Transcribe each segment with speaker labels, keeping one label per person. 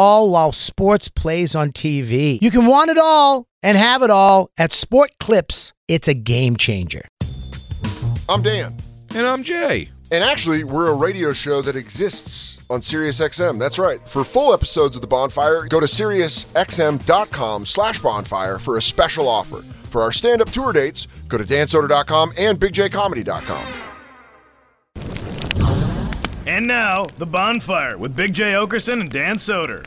Speaker 1: all while sports plays on TV. You can want it all and have it all at Sport Clips. It's a game changer.
Speaker 2: I'm Dan.
Speaker 3: And I'm Jay.
Speaker 2: And actually, we're a radio show that exists on SiriusXM. That's right. For full episodes of The Bonfire, go to SiriusXM.com slash bonfire for a special offer. For our stand-up tour dates, go to dansoder.com and bigjcomedy.com.
Speaker 4: And now, The Bonfire with Big J. Okerson and Dan Soder.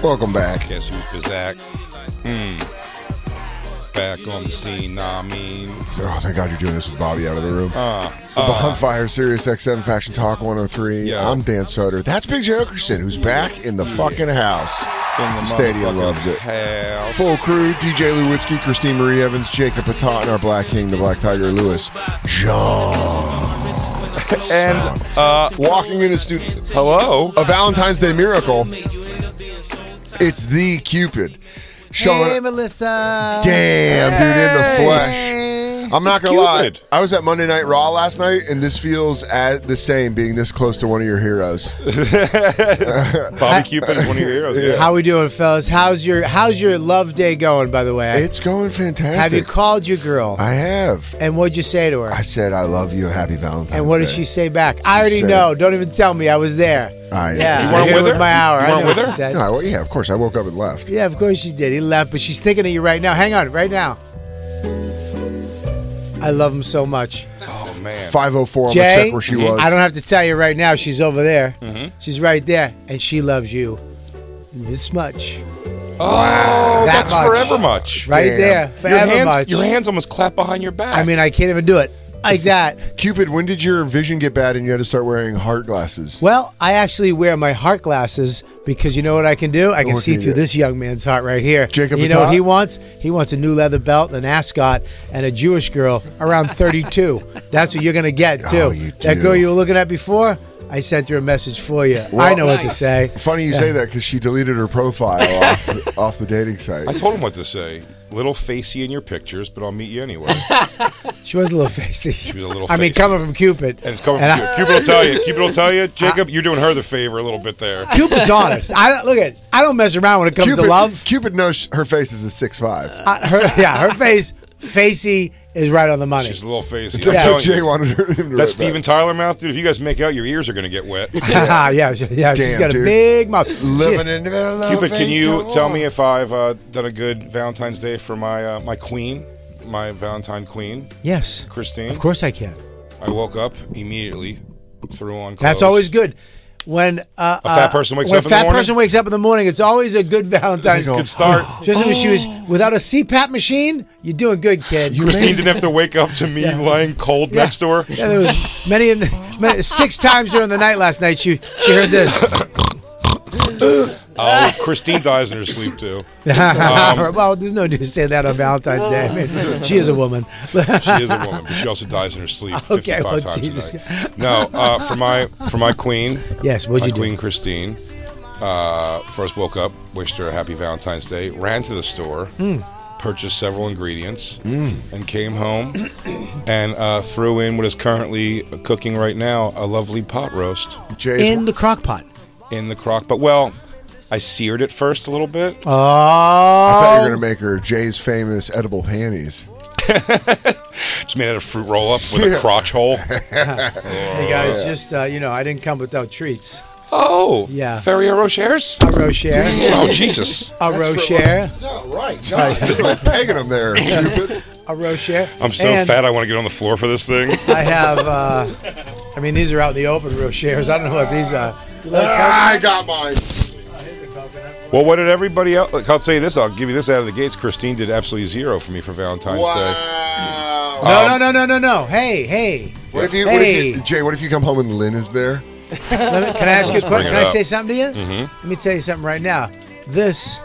Speaker 2: Welcome back.
Speaker 3: Guess who's Kazak? Mm. Back on the scene, nah, I mean.
Speaker 2: Oh, thank God you're doing this with Bobby out of the room.
Speaker 3: Uh,
Speaker 2: It's the Bonfire Sirius XM Fashion Talk 103.
Speaker 3: Yeah.
Speaker 2: I'm Dan Soder. That's Big J. Okerson, who's back in the fucking house.
Speaker 3: in the
Speaker 2: stadium
Speaker 3: motherfucking
Speaker 2: loves it.
Speaker 3: House.
Speaker 2: Full crew, DJ Lewitsky, Christine Marie Evans, Jacob Patat, and our Black King, the Black Tiger Lewis. John.
Speaker 3: And, uh,
Speaker 2: Walking in a studio,
Speaker 3: hello?
Speaker 2: a Valentine's Day miracle. It's the Cupid. Showing
Speaker 1: Hey, Melissa.
Speaker 2: Damn, dude, in the flesh.
Speaker 1: Hey.
Speaker 2: I'm not
Speaker 3: It's
Speaker 2: gonna lie.
Speaker 3: Cupid.
Speaker 2: I was at Monday Night Raw last night, and this feels at the same being this close to one of your heroes.
Speaker 3: Bobby Cupid is one of your heroes. Yeah.
Speaker 1: How we doing, fellas? How's your How's your love day going? By the way,
Speaker 2: It's going fantastic.
Speaker 1: have you called your girl?
Speaker 2: I have.
Speaker 1: and what'd you say to her?
Speaker 2: I said I love you. Happy Valentine's.
Speaker 1: and what did
Speaker 2: Day."
Speaker 1: she say back? I already
Speaker 2: said-
Speaker 1: know. Don't even tell me. I was there.
Speaker 2: I
Speaker 1: Yeah,
Speaker 3: You
Speaker 1: I
Speaker 3: weren't
Speaker 1: hit
Speaker 3: with
Speaker 1: her
Speaker 3: her?
Speaker 1: my hour.
Speaker 3: You
Speaker 1: I
Speaker 3: weren't
Speaker 1: know
Speaker 3: with
Speaker 1: what
Speaker 3: her?
Speaker 1: she said.
Speaker 2: No, I- well, yeah, of course. I woke up and left.
Speaker 1: Yeah, of course she did. He left, but she's thinking of you right now. Hang on, right now. I love him so much.
Speaker 3: Oh, man.
Speaker 2: 504. I'm gonna
Speaker 1: Jay,
Speaker 2: check where she was.
Speaker 1: I don't have to tell you right now. She's over there.
Speaker 2: Mm-hmm.
Speaker 1: She's right there, and she loves you this much,
Speaker 3: Oh,
Speaker 1: That
Speaker 3: that's
Speaker 1: much.
Speaker 3: forever much.
Speaker 1: right
Speaker 2: Damn.
Speaker 1: there,
Speaker 3: Your
Speaker 1: forever
Speaker 3: hands,
Speaker 1: much.
Speaker 3: your hands almost clap behind your back.
Speaker 1: I mean, I can't even do it like that.
Speaker 2: Cupid, when did your vision get bad and you had to start wearing heart glasses?
Speaker 1: Well, I actually wear my heart glasses because you know what I can do? I can
Speaker 2: What
Speaker 1: see
Speaker 2: can you
Speaker 1: through
Speaker 2: do?
Speaker 1: this young man's heart right here.
Speaker 2: Jacob
Speaker 1: you know what
Speaker 2: Atat?
Speaker 1: he wants? He wants a new leather belt, an ascot, and a Jewish girl around 32. That's what you're going to get, too.
Speaker 2: Oh, you
Speaker 1: That
Speaker 2: do.
Speaker 1: girl you were looking at before, I sent her a message for you. I know what to say.
Speaker 2: Funny you say that because she deleted her profile off, off the dating site.
Speaker 3: I told him what to say. Little facey in your pictures, but I'll meet you anyway.
Speaker 1: She was a little facey. She
Speaker 3: was a little
Speaker 1: I mean,
Speaker 3: facey.
Speaker 1: coming from Cupid.
Speaker 3: And it's coming
Speaker 1: And
Speaker 3: from Cupid. Cupid will tell you. Cupid will tell you. Jacob, you're doing her the favor a little bit there.
Speaker 1: Cupid's honest. I don't, look at. I don't mess around when it comes
Speaker 2: Cupid,
Speaker 1: to love. Uh,
Speaker 2: Cupid knows her face is a six five.
Speaker 1: I, her, yeah, her face, facey, is right on the money.
Speaker 3: She's a little facey. I'm
Speaker 2: That's
Speaker 3: telling
Speaker 2: what Jay
Speaker 3: you.
Speaker 2: wanted her him to write
Speaker 3: That
Speaker 2: back.
Speaker 3: Steven Tyler mouth, dude. If you guys make out, your ears are going to get wet.
Speaker 1: yeah, yeah, she- yeah she's
Speaker 2: Damn,
Speaker 1: got a
Speaker 2: dude.
Speaker 1: big mouth.
Speaker 2: Living in the
Speaker 3: Cupid, can you tell me if I've uh, done a good Valentine's Day for my uh, my queen, my Valentine queen,
Speaker 1: Yes.
Speaker 3: Christine?
Speaker 1: Of course I can.
Speaker 3: I woke up immediately, threw on. Clothes.
Speaker 1: That's always good. When uh,
Speaker 3: A fat
Speaker 1: uh,
Speaker 3: person wakes
Speaker 1: when
Speaker 3: up in the
Speaker 1: fat
Speaker 3: morning?
Speaker 1: person wakes up in the morning, it's always a good Valentine's.
Speaker 3: Good start.
Speaker 1: Just as she was without a CPAP machine, you're doing good, kid.
Speaker 3: Christine didn't have to wake up to me lying cold
Speaker 1: Yeah.
Speaker 3: next to her.
Speaker 1: Yeah, there was many, in- many six times during the night last night. She she heard this.
Speaker 3: Oh, Christine dies in her sleep too.
Speaker 2: Um,
Speaker 1: well, there's no need to say that on Valentine's Day. I mean, she is a woman.
Speaker 3: She is a woman, but she also dies in her sleep
Speaker 1: Okay,
Speaker 3: 55
Speaker 1: well,
Speaker 3: times
Speaker 1: Jesus.
Speaker 3: a night. No, uh, for my for my queen.
Speaker 1: Yes, what'd
Speaker 3: my
Speaker 1: you do?
Speaker 3: queen Christine. Uh, first woke up, wished her a happy Valentine's Day, ran to the store,
Speaker 1: Hmm.
Speaker 3: purchased several ingredients, and came home and uh, threw in what is currently cooking right now a lovely pot roast
Speaker 2: Jay's,
Speaker 1: in the crock pot.
Speaker 3: in the crock. But well, I seared it first a little bit.
Speaker 1: Oh,
Speaker 2: I thought you were gonna make her Jay's famous edible panties.
Speaker 3: It's made out of fruit roll up with a crotch hole.
Speaker 1: Hey guys, just uh, you know, I didn't come without treats.
Speaker 3: Oh,
Speaker 1: Yeah.
Speaker 3: Ferrier Rochers.
Speaker 1: A Rocher.
Speaker 3: Oh Jesus!
Speaker 1: A Rocher.
Speaker 2: Yeah, right. John, you're really pegging him there, Cupid.
Speaker 1: A Rocher.
Speaker 3: I'm so
Speaker 1: And
Speaker 3: fat I want to get on the floor for this thing.
Speaker 1: I have, uh, I mean, these are out in the open, Rochers. I don't know what these uh, are. You
Speaker 2: Um,
Speaker 1: like
Speaker 2: Ah, I got mine.
Speaker 3: well, what did everybody else? Look, I'll tell you this. I'll give you this out of the gates. Christine did absolutely zero for me for Valentine's Day.
Speaker 2: Wow.
Speaker 1: No, no, no, no, no, no. Hey, hey.
Speaker 2: What if you, what if
Speaker 1: Hey,
Speaker 2: you, Jay? What if you come home and Lynn is there?
Speaker 1: let me- can I ask you a question?
Speaker 3: bring it
Speaker 1: Can I
Speaker 3: up.
Speaker 1: say something to you? Let me tell you something right now. This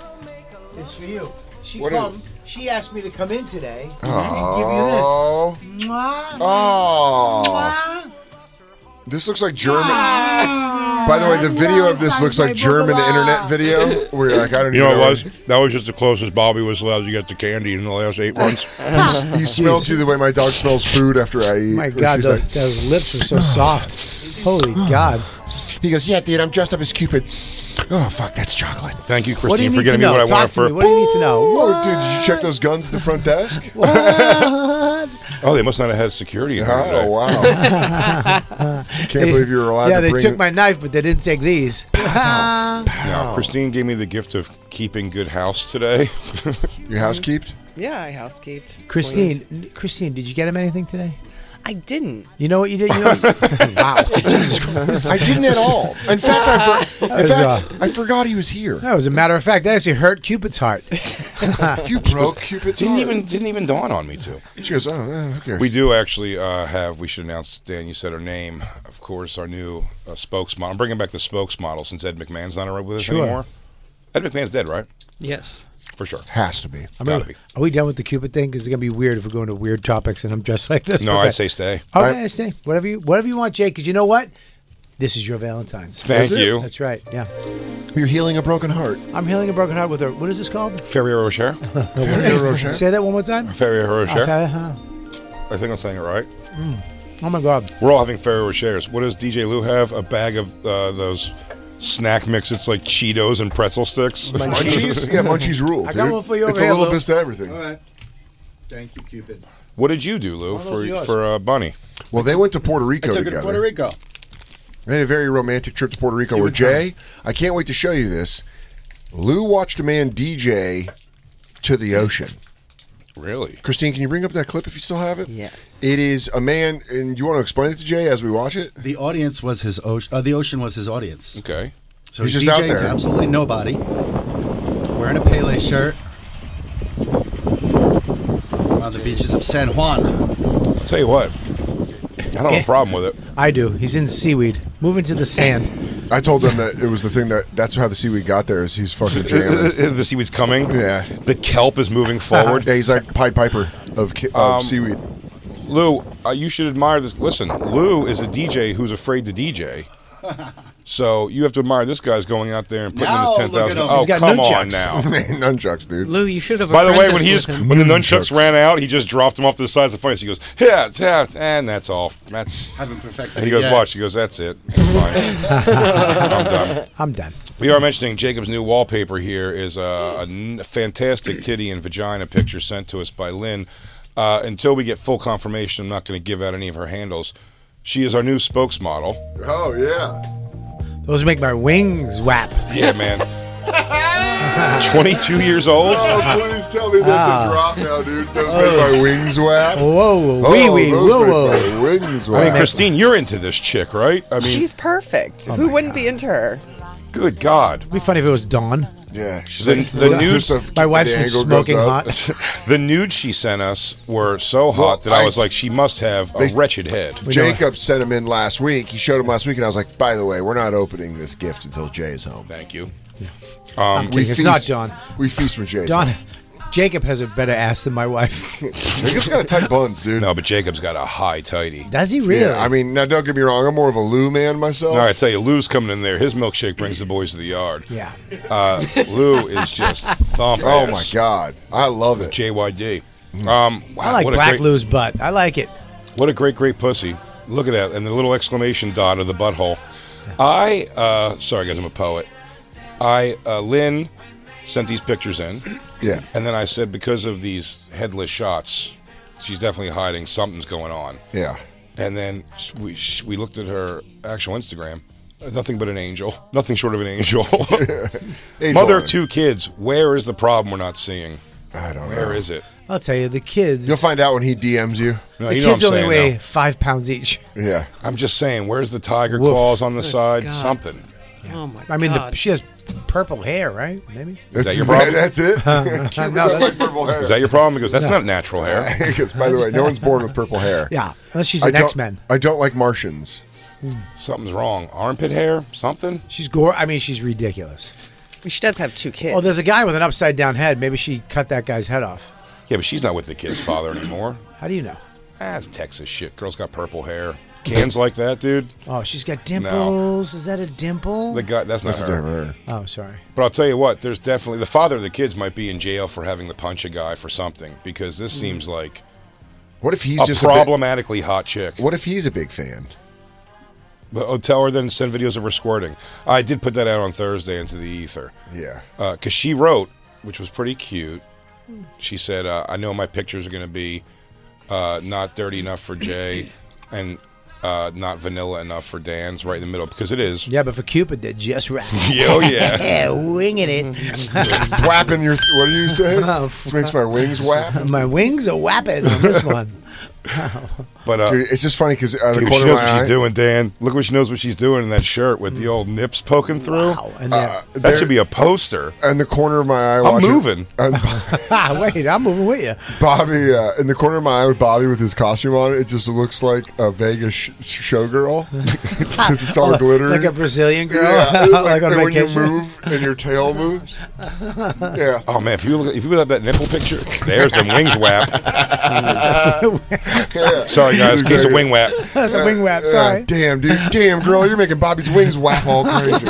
Speaker 1: is for you. She
Speaker 2: What is
Speaker 1: come. She asked me to come in today.
Speaker 2: Oh,
Speaker 1: Give you this. Mwah,
Speaker 2: oh!
Speaker 1: mwah.
Speaker 2: This looks like German. By
Speaker 1: Ah.
Speaker 2: the way, the video of this looks like German internet video. Where you're like, I don't
Speaker 3: You
Speaker 2: even
Speaker 3: know what
Speaker 2: know.
Speaker 3: it was? That was just the closest Bobby was allowed to get to candy in the last eight months.
Speaker 2: He smells you the way my dog smells food after I eat.
Speaker 1: My
Speaker 2: Where
Speaker 1: God,
Speaker 2: she's
Speaker 1: those, those lips were so soft. Holy God.
Speaker 2: like- he goes, "Yeah, dude, I'm dressed up as Cupid." Oh fuck, that's chocolate.
Speaker 3: Thank you,
Speaker 1: What do you
Speaker 3: Christine,
Speaker 1: need
Speaker 3: for
Speaker 1: to
Speaker 3: getting me
Speaker 1: know?
Speaker 3: what I
Speaker 1: Talk
Speaker 3: wanted
Speaker 1: to
Speaker 3: for.
Speaker 1: me. What do you need to know?
Speaker 2: Oh, dude, did you check those guns at the front desk?
Speaker 3: Oh, they must not have had security. in there
Speaker 2: Oh
Speaker 3: today.
Speaker 2: wow! Can't believe you were allowed
Speaker 1: Yeah,
Speaker 2: to
Speaker 1: they
Speaker 2: bring.
Speaker 1: took my knife, but they didn't take these.
Speaker 3: Now, Christine gave me the gift of keeping good house today.
Speaker 2: your housekeeped.
Speaker 5: Yeah, I housekeeped.
Speaker 1: Christine, n- Christine, did you get him anything today?
Speaker 5: I didn't.
Speaker 1: You know what you did? You know what- wow.
Speaker 2: I didn't at all. In fact, I, for- in
Speaker 1: was, uh,
Speaker 2: fact, I forgot he was here.
Speaker 1: That was a matter of fact. That actually hurt Cupid's heart.
Speaker 2: You broke Cupid's
Speaker 3: didn't
Speaker 2: heart.
Speaker 3: even didn't even dawn on me too.
Speaker 2: She goes, oh, eh, who cares?
Speaker 3: We do actually uh, have. We should announce. Dan, you said her name, of course. Our new uh, spokesmodel. I'm bringing back the spokesmodel since Ed McMahon's not around with us
Speaker 1: Sure.
Speaker 3: anymore. Ed McMahon's dead, right?
Speaker 6: Yes.
Speaker 3: For sure.
Speaker 2: Has to be.
Speaker 1: I mean,
Speaker 3: Gotta be.
Speaker 1: are we done with the Cupid thing? Because it's gonna be weird if we're going to weird topics and I'm dressed like this.
Speaker 3: No,
Speaker 1: Okay.
Speaker 3: I'd say stay.
Speaker 1: Okay, I stay. Whatever you, whatever you want, Jake. Because you know what? This is your Valentine's.
Speaker 2: Is
Speaker 3: Thank
Speaker 2: it?
Speaker 3: you,
Speaker 1: That's right. Yeah,
Speaker 2: You're healing a broken heart.
Speaker 1: I'm healing a broken heart with a. What is this called?
Speaker 3: Ferrier Rocher.
Speaker 2: Ferrero Rocher.
Speaker 1: Say that one more time.
Speaker 3: Ferrier Rocher.
Speaker 1: Uh-huh.
Speaker 3: I think I'm saying it right.
Speaker 1: Oh my God.
Speaker 3: We're all having Ferrero Rochers. What does DJ Lou have? A bag of uh, those snack mix. It's like Cheetos and pretzel sticks.
Speaker 2: Munchies? yeah, munchies rule.
Speaker 1: I got
Speaker 2: dude.
Speaker 1: one for you
Speaker 2: It's
Speaker 1: over
Speaker 2: a
Speaker 1: here,
Speaker 2: little
Speaker 1: Lou.
Speaker 2: bit to everything.
Speaker 7: Thank you, Cupid.
Speaker 3: what did you do, Lou,
Speaker 1: of those are
Speaker 3: for
Speaker 1: yours.
Speaker 3: for uh, Bunny?
Speaker 2: Well, they went to Puerto Rico
Speaker 7: Took it
Speaker 2: together.
Speaker 7: to Puerto Rico.
Speaker 2: They had a very romantic trip to Puerto Rico where Jay, I can't wait to show you this. Lou watched a man DJ to the ocean.
Speaker 3: Really?
Speaker 2: Christine, can you bring up that clip if you still have it?
Speaker 5: Yes.
Speaker 2: It is a man, and you want to explain it to Jay as we watch it?
Speaker 7: The audience was his ocean. Uh, the ocean was his audience.
Speaker 3: Okay.
Speaker 7: So
Speaker 2: He's
Speaker 7: he's
Speaker 2: just out
Speaker 7: DJing to
Speaker 2: there.
Speaker 7: absolutely nobody. Wearing a Pele shirt. On the beaches of San Juan.
Speaker 3: I'll tell you what. I don't have a problem with it.
Speaker 1: I do. He's in seaweed. Moving to the sand.
Speaker 2: I told them that it was the thing that that's how the seaweed got there is he's fucking jamming.
Speaker 3: the seaweed's coming.
Speaker 2: Yeah.
Speaker 3: The kelp is moving forward. Um,
Speaker 2: yeah, he's like Pied Piper of, ki- of seaweed.
Speaker 3: Lou, uh, you should admire this. Listen, Lou is a DJ who's afraid to DJ. So you have to admire this guy's going out there and putting
Speaker 7: Now
Speaker 3: in his ten
Speaker 7: look at
Speaker 3: thousand.
Speaker 7: him.
Speaker 3: Oh,
Speaker 7: He's
Speaker 1: got
Speaker 3: come on
Speaker 1: nunchucks.
Speaker 3: now!
Speaker 2: Man, nunchucks, dude.
Speaker 6: Lou, you should have.
Speaker 3: By the way, when
Speaker 6: apprenticed
Speaker 3: he just
Speaker 6: with him.
Speaker 3: when the nunchucks ran out, he just dropped them off to the sides of the fence. He goes, yeah, it's out, and that's all. That's.
Speaker 7: Haven't perfected
Speaker 3: And he
Speaker 7: it
Speaker 3: goes,
Speaker 7: yet.
Speaker 3: watch. He goes, that's it. It's fine. I'm done.
Speaker 1: I'm done.
Speaker 3: We are mentioning Jacob's new wallpaper here is a, a n- fantastic titty and vagina picture sent to us by Lynn. Uh, until we get full confirmation, I'm not going to give out any of her handles. She is our new spokesmodel.
Speaker 2: Oh, yeah.
Speaker 1: Those make my wings whap.
Speaker 3: Yeah, man. 22 years old.
Speaker 2: Oh, please tell me that's a drop now, dude. Those make my wings wap.
Speaker 1: Ah. Oh. Whoa,
Speaker 2: Oh,
Speaker 1: wee wee,
Speaker 2: those
Speaker 1: whoa,
Speaker 2: make
Speaker 1: whoa.
Speaker 2: my wings
Speaker 3: I mean,
Speaker 2: wap.
Speaker 3: Christine, you're into this chick, right? I mean,
Speaker 5: She's perfect.
Speaker 1: Oh
Speaker 5: Who wouldn't be into her?
Speaker 3: good God.
Speaker 1: It'd be funny if it was Dawn.
Speaker 2: Yeah. she's
Speaker 3: The-
Speaker 2: like-
Speaker 3: the
Speaker 2: just
Speaker 3: news-
Speaker 2: the-
Speaker 1: My wife's
Speaker 2: the
Speaker 1: been
Speaker 2: angle goes
Speaker 1: smoking
Speaker 2: up.
Speaker 1: hot.
Speaker 3: The nudes she sent us were so hot
Speaker 2: Well,
Speaker 3: that I,
Speaker 2: I-
Speaker 3: was like, she must have a
Speaker 2: They-
Speaker 3: wretched head.
Speaker 2: Jacob sent him in last week. He showed him last week, and I was like, by the way, we're not opening this gift until Jay's home.
Speaker 3: Thank you.
Speaker 1: I'm kidding. It's not John.
Speaker 2: We feast when Jay's
Speaker 1: Don,
Speaker 2: home.
Speaker 1: Jacob has a better ass than my wife.
Speaker 2: Jacob's got a tight buns, dude.
Speaker 3: No, but Jacob's got a high tighty.
Speaker 1: Does he really?
Speaker 2: Yeah, I mean, now don't get me wrong. I'm more of a Lou man myself.
Speaker 3: All right, I tell you, Lou's coming in there. His milkshake brings the boys to the yard.
Speaker 1: Yeah.
Speaker 3: Uh, Lou is just thumping.
Speaker 2: Oh my God, Mm. I love it.
Speaker 3: JYD. Um, wow,
Speaker 1: I like
Speaker 3: what a
Speaker 1: Black
Speaker 3: great,
Speaker 1: Lou's butt. I like it.
Speaker 3: What a great, great pussy. Look at that, and the little exclamation dot of the butthole. I, uh, sorry guys, I'm a poet. I, uh, Lynn sent these pictures in,
Speaker 2: Yeah,
Speaker 3: and then I said because of these headless shots, she's definitely hiding. Something's going on.
Speaker 2: yeah.
Speaker 3: And then sh- we sh- we looked at her actual Instagram, Nothing but an angel. Nothing short of an angel.
Speaker 2: Angel
Speaker 3: Mother
Speaker 2: on
Speaker 3: of
Speaker 2: it.
Speaker 3: two kids. Where is the problem we're not seeing?
Speaker 2: I don't know.
Speaker 3: Where is it?
Speaker 1: I'll tell you, the kids.
Speaker 2: You'll find out when he DMs you.
Speaker 3: No,
Speaker 1: the
Speaker 3: you know
Speaker 1: kids
Speaker 3: what I'm
Speaker 1: only
Speaker 3: saying,
Speaker 1: weigh
Speaker 3: though.
Speaker 1: five pounds each.
Speaker 2: Yeah.
Speaker 3: I'm just saying, where's the tiger
Speaker 1: Woof.
Speaker 3: claws on the side?
Speaker 6: God.
Speaker 3: Something.
Speaker 6: Oh my god.
Speaker 1: I mean, the, she has purple hair, right? Maybe.
Speaker 3: Is that
Speaker 2: That's-
Speaker 3: your problem?
Speaker 2: That's it. Cuban
Speaker 1: no,
Speaker 2: got,
Speaker 1: that-
Speaker 2: like, purple hair.
Speaker 3: Is that your problem? He goes, that's not natural hair.
Speaker 2: Because, by the way, no one's born with purple hair.
Speaker 1: Yeah, unless she's
Speaker 2: I
Speaker 1: an
Speaker 2: don't-
Speaker 1: X Men.
Speaker 2: I don't like Martians.
Speaker 3: Something's wrong. Armpit hair? Something?
Speaker 1: She's gore. I mean, she's ridiculous.
Speaker 5: She does have two kids.
Speaker 1: Oh, there's a guy with an upside down head. Maybe she cut that guy's head off.
Speaker 3: Yeah, but she's not with the kid's father anymore.
Speaker 1: How do you know?
Speaker 3: That's Texas shit. Girl's got purple hair. Cans like that, dude.
Speaker 1: Oh, she's got dimples. Is that a dimple?
Speaker 3: The guy, that's not
Speaker 2: That's
Speaker 3: her.
Speaker 2: a different hair.
Speaker 1: oh, sorry.
Speaker 3: But I'll tell you what, there's definitely the father of the kids might be in jail for having to punch a guy for something because this seems like
Speaker 2: What if he's
Speaker 3: a
Speaker 2: just A
Speaker 3: problematically hot chick.
Speaker 2: big, what if he's a big fan?
Speaker 3: But I'll tell her then send videos of her squirting. I did put that out on Thursday into the ether
Speaker 2: Yeah.
Speaker 3: because she wrote, which was pretty cute. She said, uh, "I know my pictures are going to be uh, not dirty enough for Jay, and uh, not vanilla enough for Dan's right in the middle because it is."
Speaker 1: Yeah, but for Cupid, they're just right.
Speaker 3: Yeah, oh yeah.
Speaker 1: yeah, winging it.
Speaker 2: Flapping your. What do you say?
Speaker 1: Oh,
Speaker 2: This makes my wings whap.
Speaker 1: My wings are whapping on this one.
Speaker 3: But uh,
Speaker 2: Dude, it's just funny because out of the
Speaker 3: dude, she
Speaker 2: corner
Speaker 3: knows
Speaker 2: of
Speaker 3: what
Speaker 2: my eye, Mm.
Speaker 3: she's doing, Dan. Look what she knows what she's doing in that shirt with the old nips poking through.
Speaker 1: Wow. And then,
Speaker 3: That
Speaker 2: there-
Speaker 3: should be a poster.
Speaker 2: in the corner of my eye,
Speaker 3: I'm
Speaker 2: watching,
Speaker 3: moving.
Speaker 2: and
Speaker 1: ah, wait, I'm moving with you.
Speaker 2: Bobby uh, in the corner of my eye with Bobby with his costume on. It just looks like a Vegas sh- showgirl because it's all glittery,
Speaker 1: Like a Brazilian girl.
Speaker 2: Yeah,
Speaker 1: like, on
Speaker 2: and when you
Speaker 1: vacation.
Speaker 2: move and your tail moves. Yeah.
Speaker 3: Oh man, if you look, if you look at that nipple picture, there's the wings whap.
Speaker 2: yeah.
Speaker 3: Sorry guys, case of wing whap.
Speaker 1: That's a wing wrap,
Speaker 2: Uh,
Speaker 1: sorry.
Speaker 2: damn, dude. Damn, girl. You're making Bobby's wings whap all crazy.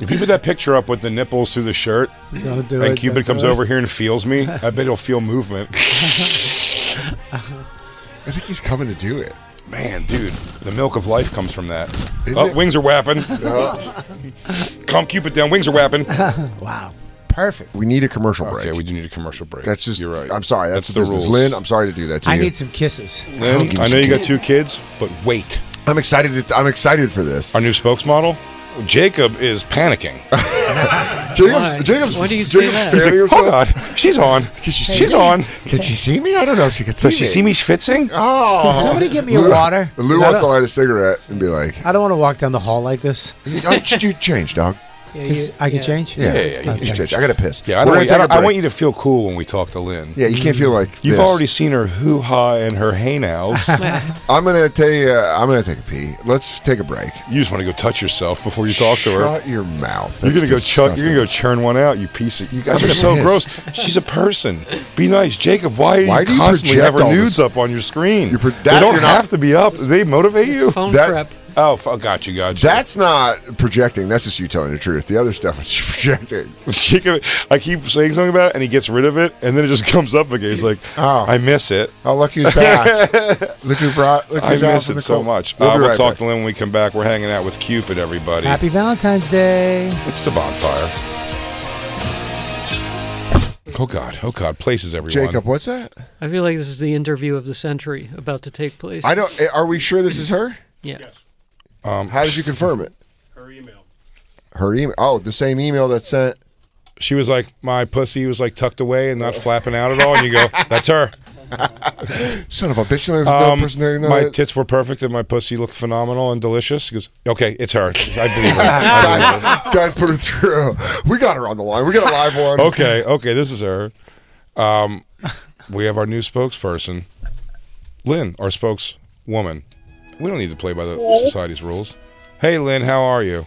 Speaker 3: If you put that picture up with the nipples through the shirt,
Speaker 1: Don't do it.
Speaker 3: and Cupid
Speaker 1: don't
Speaker 3: comes
Speaker 1: do it.
Speaker 3: over here and feels me, I bet he'll feel movement.
Speaker 2: I think he's coming to do it.
Speaker 3: Man, dude, the milk of life comes from that.
Speaker 2: Isn't
Speaker 3: oh,
Speaker 2: it?
Speaker 3: wings are whapping. Uh-huh. Calm Cupid down. Wings are whapping.
Speaker 1: Wow. Perfect.
Speaker 2: We need a commercial break.
Speaker 3: Okay, we do need a commercial break.
Speaker 2: That's just.
Speaker 3: you're right.
Speaker 2: I'm sorry. That's,
Speaker 3: That's
Speaker 2: the,
Speaker 3: the
Speaker 2: business.
Speaker 3: rules.
Speaker 2: Lynn, I'm sorry to do that to
Speaker 1: I
Speaker 2: you.
Speaker 1: need some kisses.
Speaker 3: Lynn,
Speaker 2: I'll give
Speaker 3: I
Speaker 2: you
Speaker 3: know
Speaker 2: some
Speaker 3: you got
Speaker 2: kids.
Speaker 3: two kids, but wait.
Speaker 2: I'm excited. To, I'm excited for this.
Speaker 3: Our new spokesmodel, Jacob, is panicking.
Speaker 6: Why?
Speaker 2: Jacob's. Jacob's.
Speaker 6: Why do you say
Speaker 2: Jacob's
Speaker 6: that?
Speaker 3: He's
Speaker 2: fanning
Speaker 3: like,
Speaker 2: himself.
Speaker 3: hold on, she's on.
Speaker 2: she see
Speaker 3: she's
Speaker 2: me?
Speaker 3: on.
Speaker 2: Can she see me? I don't know if she can see
Speaker 3: Does she
Speaker 2: me.
Speaker 3: see me schwitzing?
Speaker 2: Oh.
Speaker 1: Can somebody get me a water?
Speaker 2: Lou
Speaker 1: 'Cause I
Speaker 2: wants to
Speaker 1: don't-
Speaker 2: light a cigarette and be like,
Speaker 1: I don't want to walk down the hall like this.
Speaker 2: "Oh, you change, dog.
Speaker 6: Yeah,
Speaker 1: Can-
Speaker 6: you-
Speaker 1: I can
Speaker 6: yeah.
Speaker 1: change?
Speaker 2: Yeah,
Speaker 3: Yeah, yeah, yeah,
Speaker 2: you
Speaker 1: okay.
Speaker 2: change. I gotta piss.
Speaker 3: Yeah,
Speaker 2: We're
Speaker 3: I, don't
Speaker 2: gonna
Speaker 3: want,
Speaker 2: take
Speaker 3: I,
Speaker 2: a
Speaker 3: don't- I
Speaker 2: break.
Speaker 3: want you to feel cool when we talk to Lynn.
Speaker 2: Yeah, you can't feel like
Speaker 3: You've
Speaker 2: this.
Speaker 3: already seen her hoo ha and her hey nows.
Speaker 2: I'm gonna tell you. uh, I'm gonna take a pee. Let's take a break.
Speaker 3: you just want to go touch yourself before you talk to her.
Speaker 2: Shut your mouth.
Speaker 3: You're
Speaker 2: That's
Speaker 3: gonna go chuck.
Speaker 2: disgusting.
Speaker 3: You're gonna go churn one out. You piece of. You guys
Speaker 2: I'm
Speaker 3: are so
Speaker 2: gonna
Speaker 3: gross.
Speaker 2: piss.
Speaker 3: She's a person. Be nice, Jacob. Why,
Speaker 2: Why
Speaker 3: you
Speaker 2: do you
Speaker 3: constantly have
Speaker 2: project
Speaker 3: her
Speaker 2: all
Speaker 3: nudes
Speaker 2: this?
Speaker 3: up on your screen?
Speaker 2: You pro-
Speaker 3: they
Speaker 2: that
Speaker 3: don't
Speaker 2: you're not-
Speaker 3: have to be up. They motivate you.
Speaker 6: Phone
Speaker 2: That-
Speaker 6: prep.
Speaker 3: Oh, f- got you, got you.
Speaker 2: That's not projecting. That's just you telling the truth. The other stuff is projecting.
Speaker 3: Jacob, I keep saying something about it, and he gets rid of it, and then it just comes up again. He's like,
Speaker 2: Oh.
Speaker 3: I miss it.
Speaker 2: Oh, look who's back! look who brought. Look
Speaker 3: I
Speaker 2: who's out
Speaker 3: miss
Speaker 2: in
Speaker 3: it
Speaker 2: the
Speaker 3: so
Speaker 2: cold.
Speaker 3: much.
Speaker 2: We'll
Speaker 3: uh,
Speaker 2: be
Speaker 3: we'll
Speaker 2: right
Speaker 3: talk
Speaker 2: back.
Speaker 3: to Lynn when we come back. We're hanging out with Cupid, everybody.
Speaker 1: Happy Valentine's Day.
Speaker 3: It's the bonfire. Oh God! Oh God! Places everyone.
Speaker 2: Jacob, what's that?
Speaker 6: I feel like this is the interview of the century about to take place.
Speaker 2: I don't. eh, Are we sure this is her?
Speaker 6: yeah.
Speaker 3: Um,
Speaker 2: How did you confirm it? Her email. Oh, the same email that sent.
Speaker 3: she was like, my pussy was like tucked away and not flapping out at all. And you go, that's her.
Speaker 2: Son of a bitch! There's
Speaker 3: Um,
Speaker 2: no person there. No,
Speaker 3: my
Speaker 2: that-
Speaker 3: tits were perfect and my pussy looked phenomenal and delicious. He goes, okay, it's her. I believe her. I believe her.
Speaker 2: guys, put her through. We got her on the line. We got a live one.
Speaker 3: Okay, okay, this is her. Um, we have our new spokesperson, Lynn, our spokeswoman. We don't need to play by the society's rules. Hey, Lynn, how are you?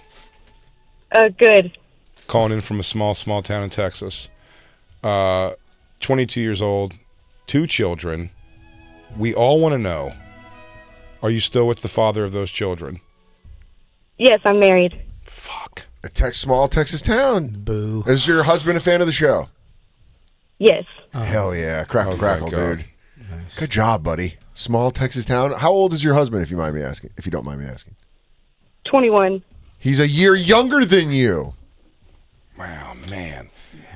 Speaker 8: Uh, good.
Speaker 3: calling in from a small, small town in Texas. Uh, 22 years old, two children. We all want to know are you still with the father of those children?
Speaker 8: Yes, I'm married.
Speaker 3: Fuck.
Speaker 2: A tex- small Texas town.
Speaker 1: Boo.
Speaker 2: Is your husband a fan of the show?
Speaker 8: Yes.
Speaker 2: Hell yeah. Crackle,
Speaker 3: Oh,
Speaker 2: crackle,
Speaker 3: thank God.
Speaker 2: dude. Good job, buddy. Small Texas town. How old is your husband, if you mind me asking? If you don't mind me asking,
Speaker 8: 21.
Speaker 2: he's a year younger than you.
Speaker 3: Wow, man.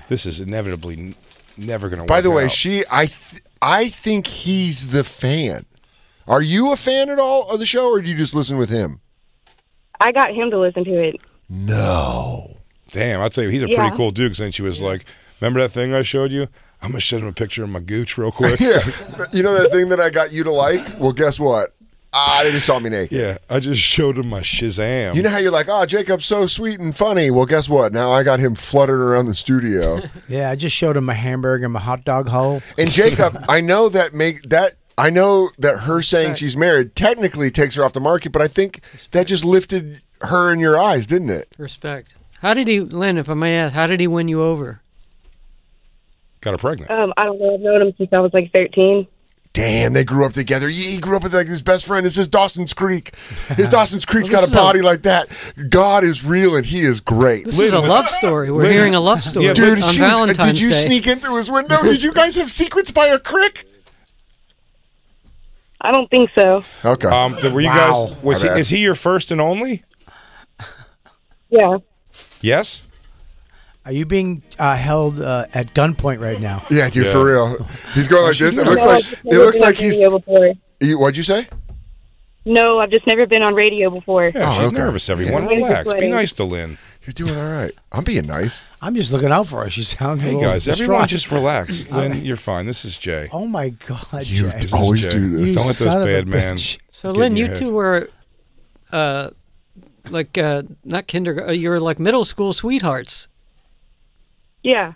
Speaker 3: This is inevitably n- never going to work.
Speaker 2: By the way,
Speaker 3: out.
Speaker 2: she. I. Th- I think he's the fan. Are you a fan at all of the show, or do you just listen with him?
Speaker 8: I got him to listen to it.
Speaker 2: No.
Speaker 3: Damn, I'll tell you, he's a
Speaker 8: Yeah.
Speaker 3: pretty cool dude. 'cause then she was like, "Remember that thing I showed you? I'm gonna send him a picture of my gooch real quick."
Speaker 2: Yeah. You know that thing that I got you to like? Well, guess what? Ah, they just saw me naked.
Speaker 3: Yeah, I just showed him my Shazam.
Speaker 2: You know how you're like, oh, Jacob's so sweet and funny. Well, guess what? Now I got him fluttering around the studio.
Speaker 1: Yeah, I just showed him my hamburger and my hot dog hole.
Speaker 2: And Jacob, I know that make that I know that her saying she's married technically takes her off the market, but I think that just lifted her in your eyes, didn't it?
Speaker 6: Respect. How did he, Lynn, if I may ask, how did he win you over?
Speaker 3: got her pregnant.
Speaker 8: Um, I don't know. I've known him since I was like 13.
Speaker 2: Damn, they grew up together. He grew up with like his best friend. It's his Dawson's Creek. His Dawson's Creek's got a
Speaker 6: this is a-
Speaker 2: body like that. God is real and he is great.
Speaker 6: This is a
Speaker 3: Lynn, was-
Speaker 6: love story. We're
Speaker 3: Lynn- uh,
Speaker 6: hearing a love story
Speaker 3: Yeah,
Speaker 2: Dude,
Speaker 6: on
Speaker 2: she, was-
Speaker 6: Valentine's
Speaker 2: did you
Speaker 6: Day.
Speaker 2: sneak in through his window? Did you guys have secrets by a crick?
Speaker 8: I don't think so.
Speaker 2: Okay.
Speaker 3: Um, did- were you
Speaker 1: Wow.
Speaker 3: guys? Was he,
Speaker 2: My bad.
Speaker 3: is he your first and only?
Speaker 8: Yeah.
Speaker 3: Yes.
Speaker 1: Are you being uh, held uh, at gunpoint right now?
Speaker 2: yeah, dude,
Speaker 3: yeah.
Speaker 2: for real. He's going like this. It looks
Speaker 8: No, I've
Speaker 2: like
Speaker 8: just
Speaker 2: it
Speaker 8: never
Speaker 2: looks
Speaker 8: been on
Speaker 2: like he's.
Speaker 8: radio Before.
Speaker 2: you- What'd you say?
Speaker 8: No, I've just never been on radio before.
Speaker 3: Yeah,
Speaker 2: Oh,
Speaker 3: she's
Speaker 2: okay.
Speaker 3: nervous. Everyone,
Speaker 8: Yeah.
Speaker 3: relax. Be
Speaker 8: Wait.
Speaker 3: nice to Lynn.
Speaker 2: You're doing all right. I'm being nice.
Speaker 1: I'm just looking out for her. She sounds a
Speaker 3: Hey
Speaker 1: little
Speaker 3: guys, everyone,
Speaker 1: distraught.
Speaker 3: just relax. Lynn, you're fine. This is Jay.
Speaker 1: Oh my god,
Speaker 2: You
Speaker 1: Jay.
Speaker 2: d- always
Speaker 3: Jay.
Speaker 2: do this.
Speaker 1: You
Speaker 3: Don't let
Speaker 1: son
Speaker 3: those
Speaker 1: of a
Speaker 3: bad man.
Speaker 1: bitch.
Speaker 6: So,
Speaker 3: get in
Speaker 6: Lynn,
Speaker 3: your
Speaker 6: you
Speaker 3: head.
Speaker 6: two were, uh, like, uh, not kindergarten, you were like middle school sweethearts.
Speaker 8: Yeah.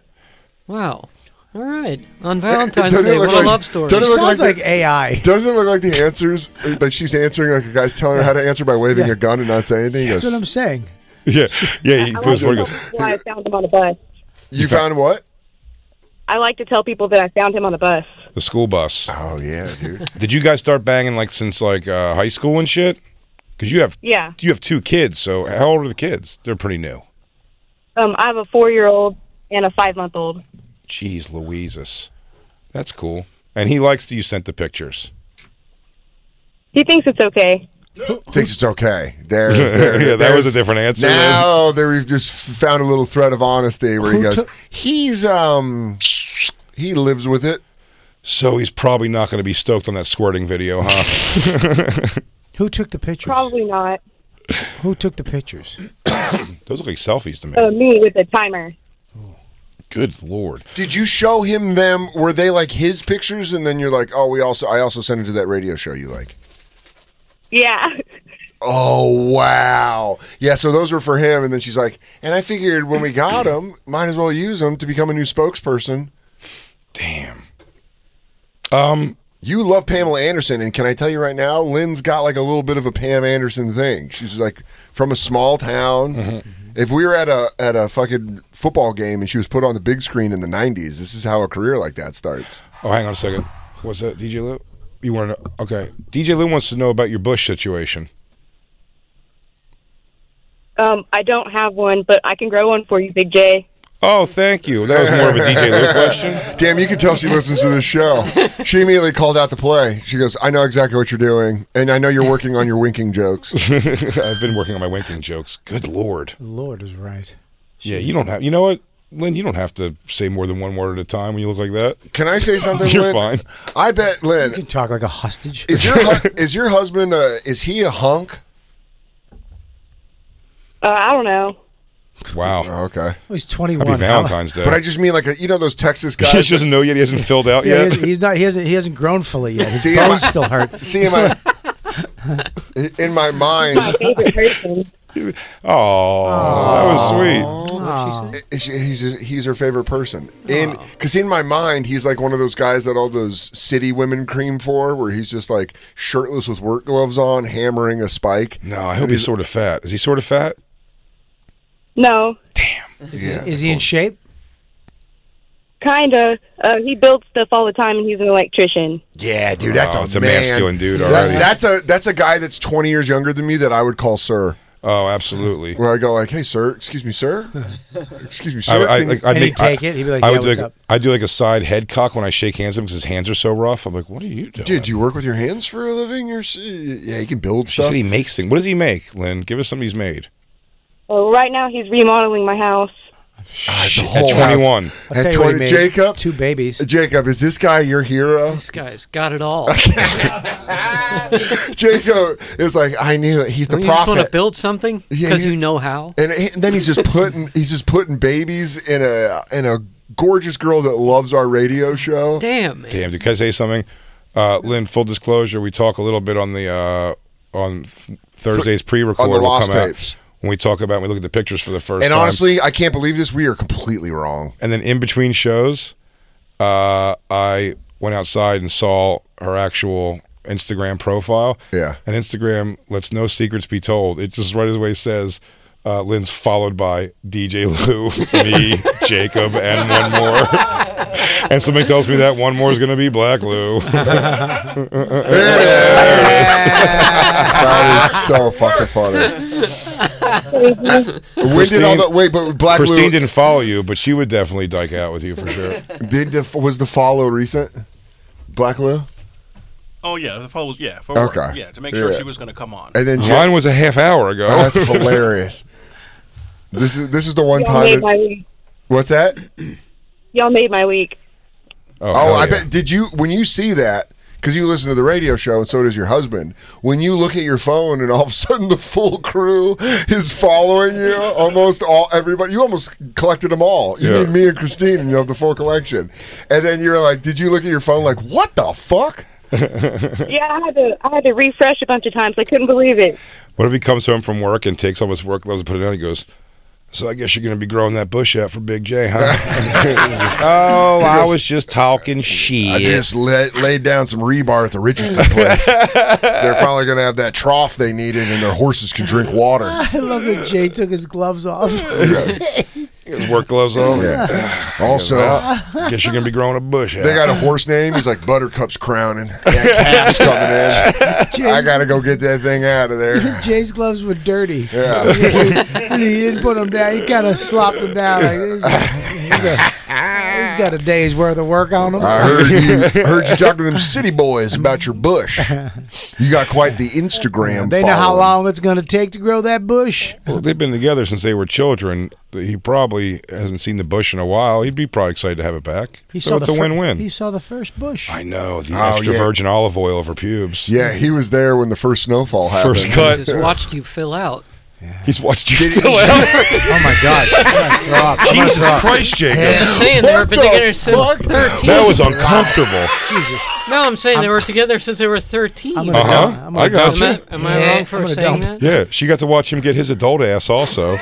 Speaker 6: Wow. All right. On
Speaker 2: Doesn't
Speaker 6: Valentine's
Speaker 2: it
Speaker 6: Day,
Speaker 2: look
Speaker 6: what
Speaker 2: like-
Speaker 6: a love story.
Speaker 2: doesn't it look
Speaker 1: Sounds
Speaker 2: like
Speaker 1: like
Speaker 2: that-
Speaker 1: AI.
Speaker 2: Doesn't it look like the answers, like she's answering, like a guy's telling her how to answer by waving a gun and not saying anything? He
Speaker 1: That's
Speaker 2: goes,
Speaker 1: what I'm saying.
Speaker 3: Yeah, yeah. He
Speaker 8: I
Speaker 3: goes for
Speaker 8: like to
Speaker 3: it,
Speaker 8: tell
Speaker 3: goes,
Speaker 8: people why I found him on a bus.
Speaker 2: you found what?
Speaker 8: I like to tell people that I found him on a bus.
Speaker 3: the school bus.
Speaker 2: Oh, yeah, dude.
Speaker 3: Did you guys start banging like since like uh, high school and shit? Because you have
Speaker 8: Yeah.
Speaker 3: you have two kids. So how old are the kids? They're pretty new.
Speaker 8: Um, I have a four-year-old and a five-month-old.
Speaker 3: Jeez, Louises, that's cool. And he likes that you sent the pictures.
Speaker 8: He thinks it's okay.
Speaker 2: Thinks it's okay. There's, there,
Speaker 3: Yeah, that was a
Speaker 2: there's-
Speaker 3: different answer.
Speaker 2: Now there we've just found a little thread of honesty where he
Speaker 1: Who
Speaker 2: goes,
Speaker 1: took-
Speaker 2: he's, um, he lives with it.
Speaker 3: So he's probably not going to be stoked on that squirting video, huh?
Speaker 1: Who took the pictures?
Speaker 8: Probably not.
Speaker 1: Who took the pictures?
Speaker 3: Those look like selfies to me.
Speaker 8: Uh, me with a timer.
Speaker 3: Good lord.
Speaker 2: Did you show him them? Were they like his pictures? And then you're like, oh, we also, I also sent it to that radio show you like.
Speaker 8: Yeah.
Speaker 2: Oh wow! Yeah, so those were for him, and then she's like, "And I figured when we got him, might as well use him to become a new spokesperson."
Speaker 3: Damn.
Speaker 2: You love Pamela Anderson, and can I tell you right now, Lynn's got like a little bit of a Pam Anderson thing. She's like from a small town. If we were at a at a fucking football game and she was put on the big screen in the '90s, this is how a career like that starts.
Speaker 3: Oh, hang on a second. What's that, DJ Lou? You want to know? Okay. DJ Lou wants to know about your Bush situation.
Speaker 8: Um, I don't have one, but I can grow one for you, Big J.
Speaker 3: Oh, thank you. That was more of a DJ Lou question.
Speaker 2: Damn, you can tell she listens to this show. She immediately called out the play. She goes, "I know exactly what you're doing, and I know you're working on your winking jokes."
Speaker 3: I've been working on my winking jokes. Good lord.
Speaker 1: The Lord is right.
Speaker 3: Yeah, you don't have. You know what, Lynn? You don't have to say more than one word at a time when you look like that.
Speaker 2: Can I say something?
Speaker 3: You're
Speaker 2: Lynn?
Speaker 3: fine.
Speaker 2: I bet, Lynn.
Speaker 1: You can talk like a hostage.
Speaker 2: Is your hu- is your husband uh, is he a hunk?
Speaker 8: Uh, I don't know.
Speaker 3: Wow.
Speaker 2: Oh, okay,
Speaker 1: Oh, he's
Speaker 3: Happy
Speaker 1: 21.
Speaker 3: Valentine's Day.
Speaker 2: but I just mean like a, you know those Texas
Speaker 3: he
Speaker 2: guys.
Speaker 3: doesn't know yet. He hasn't filled out
Speaker 1: Yeah,
Speaker 3: yet.
Speaker 1: he's, he's not. He hasn't. He hasn't grown fully yet. His
Speaker 2: See, am I-
Speaker 1: bones still hurt.
Speaker 2: See in my in my mind,
Speaker 8: My favorite person.
Speaker 3: Oh, that was sweet.
Speaker 6: What'd she say?
Speaker 2: is- he's he's her favorite person. In because in my mind, he's like one of those guys that all those city women cream for, where he's just like shirtless with work gloves on, hammering a spike.
Speaker 3: No, I hope he's sort of fat. Is he sort of fat?
Speaker 8: No,
Speaker 1: Is, he, is he in shape?
Speaker 8: kinda. Uh, he builds stuff all the time, and he's an electrician.
Speaker 2: Yeah, dude, that's
Speaker 3: Oh,
Speaker 2: a
Speaker 3: it's a
Speaker 2: man.
Speaker 3: masculine dude
Speaker 2: That-
Speaker 3: already.
Speaker 2: that's a that's a guy that's twenty years younger than me that I would call sir.
Speaker 3: Oh, absolutely.
Speaker 2: Where I go like, hey, sir, excuse me, sir, excuse me,
Speaker 3: I,
Speaker 2: sir.
Speaker 3: I,
Speaker 2: can you-
Speaker 3: like, I'd
Speaker 1: And he'd
Speaker 3: make- I-
Speaker 1: take it. He'd be like,
Speaker 3: I
Speaker 1: "Yeah,
Speaker 3: would do
Speaker 1: what's
Speaker 3: like,
Speaker 1: up?"
Speaker 3: I do like a side head cock when I shake hands with him because his hands are so rough. I'm like, what are you doing?
Speaker 2: Did you work with your hands for a living? Or s- yeah, you can build
Speaker 3: She
Speaker 2: stuff.
Speaker 3: said he makes things. What does he make, Lynn? Give us something he's made.
Speaker 8: Well, right now he's remodeling my house.
Speaker 1: Ah,
Speaker 2: Shit,
Speaker 3: At 21.
Speaker 7: I'll
Speaker 2: At
Speaker 7: tell you what he
Speaker 2: 20,
Speaker 7: made.
Speaker 2: Jacob.
Speaker 7: Two babies.
Speaker 2: Jacob, is this guy your hero?
Speaker 6: This guy's got it all.
Speaker 2: Jacob is like, I knew it. He's the
Speaker 6: Don't you just want to
Speaker 2: prophet.
Speaker 6: build something Oh,
Speaker 2: Yeah,
Speaker 6: because
Speaker 2: you-
Speaker 6: you know how.
Speaker 2: And, he- and then he's just putting he's just putting babies in a in a gorgeous girl that loves our radio show.
Speaker 6: Damn, man.
Speaker 3: Damn, did I say something? Uh, Lynn, full disclosure, we talk a little bit on the uh, on th- Thursday's pre-record.
Speaker 2: on the
Speaker 3: will
Speaker 2: lost
Speaker 3: come out
Speaker 2: tapes.
Speaker 3: when we talk about when we look at the pictures for the first
Speaker 2: And
Speaker 3: time.
Speaker 2: honestly, I can't believe this. We are completely wrong.
Speaker 3: and then in between shows, uh, I went outside and saw her actual Instagram profile.
Speaker 2: Yeah.
Speaker 3: and Instagram lets no secrets be told. It just right away says. Uh, Lynn's followed by DJ Lou, me, Jacob, and one more. and somebody tells me that one more is going to be Black Lou.
Speaker 2: It is. that is so fucking funny. when did all
Speaker 3: Christine-
Speaker 2: the wait? But Black Lou-
Speaker 3: Christine didn't follow you, but she would definitely dike out with you for sure.
Speaker 2: Did the was the follow recent? Black Lou,
Speaker 9: Oh yeah, the follow was yeah for work.
Speaker 2: Okay.
Speaker 9: Yeah, to make sure
Speaker 2: Yeah.
Speaker 9: she was going to come on.
Speaker 2: and then Ja-
Speaker 3: Mine was a half hour ago.
Speaker 2: Oh, that's hilarious. This is this is the one
Speaker 8: Y'all
Speaker 2: time.
Speaker 8: made
Speaker 2: that-
Speaker 8: my week.
Speaker 2: what's that?
Speaker 8: Y'all made my week.
Speaker 2: Oh,
Speaker 3: hell
Speaker 2: I
Speaker 3: Oh, yeah.
Speaker 2: bet. Did you when you see that? Because you listen to the radio show, and so does your husband. When you look at your phone, and all of a sudden the full crew is following you, almost all everybody. You almost collected them all. You
Speaker 3: Yeah.
Speaker 2: need me and Christine, and you have the full collection. And then you're like, "Did you look at your phone? Like, what the fuck?"
Speaker 8: Yeah, I had to I had to refresh a bunch of times. I couldn't believe it.
Speaker 3: What if he comes home from work and takes all his work loads and put it down? He goes, "So I guess you're going to be growing that bush out for Big J, huh?" He goes, oh, I was just talking shit.
Speaker 2: I just la- laid down some rebar at the Richardson place. They're finally going to have that trough they needed, and their horses can drink water.
Speaker 1: I love that Jay took his gloves off.
Speaker 3: his work gloves on.
Speaker 2: Yeah. Also,
Speaker 3: I guess you're going to be growing a bush out.
Speaker 2: they got a horse name. He's like Buttercup's crowning. That calf's coming in. I got to go get that thing out of there.
Speaker 1: Jay's gloves were dirty.
Speaker 2: Yeah.
Speaker 1: he, he didn't put them down. He kind of slopped them down. Like, this he's, a, he's got a day's worth of work on him.
Speaker 2: I heard you heard you talk to them city boys about your bush. You got quite the Instagram.
Speaker 1: they know how
Speaker 2: following.
Speaker 1: long it's going to take to grow that bush.
Speaker 3: Well, they've been together since they were children. He probably hasn't seen the bush in a while. He'd be probably excited to have it back.
Speaker 1: He
Speaker 3: so
Speaker 1: saw
Speaker 3: it's
Speaker 1: the
Speaker 3: a
Speaker 1: fir-
Speaker 3: win-win.
Speaker 1: He saw the first bush.
Speaker 3: I know the
Speaker 2: Oh,
Speaker 3: extra
Speaker 2: yeah.
Speaker 3: virgin olive oil over pubes.
Speaker 2: Yeah, he was there when the first snowfall happened.
Speaker 3: First cut.
Speaker 6: Just watched you fill out.
Speaker 3: He's watched you
Speaker 2: Did he-
Speaker 3: fill out.
Speaker 1: Oh my God!
Speaker 3: Jesus Christ, Jacob.
Speaker 6: I'm saying they
Speaker 2: What
Speaker 6: were been
Speaker 2: the
Speaker 6: together since
Speaker 2: fuck?
Speaker 6: 13.
Speaker 3: That was uncomfortable.
Speaker 1: Jesus!
Speaker 6: no, I'm saying they were together since they were 13.
Speaker 1: I'm gonna
Speaker 3: Uh
Speaker 1: dump.
Speaker 3: huh.
Speaker 1: I'm
Speaker 3: I
Speaker 1: gonna
Speaker 3: got
Speaker 6: am
Speaker 3: you.
Speaker 6: I, am I
Speaker 1: Yeah,
Speaker 6: wrong for
Speaker 1: I'm gonna
Speaker 6: saying
Speaker 1: dump.
Speaker 6: that?
Speaker 3: Yeah, she got to watch him get his adult ass. Also,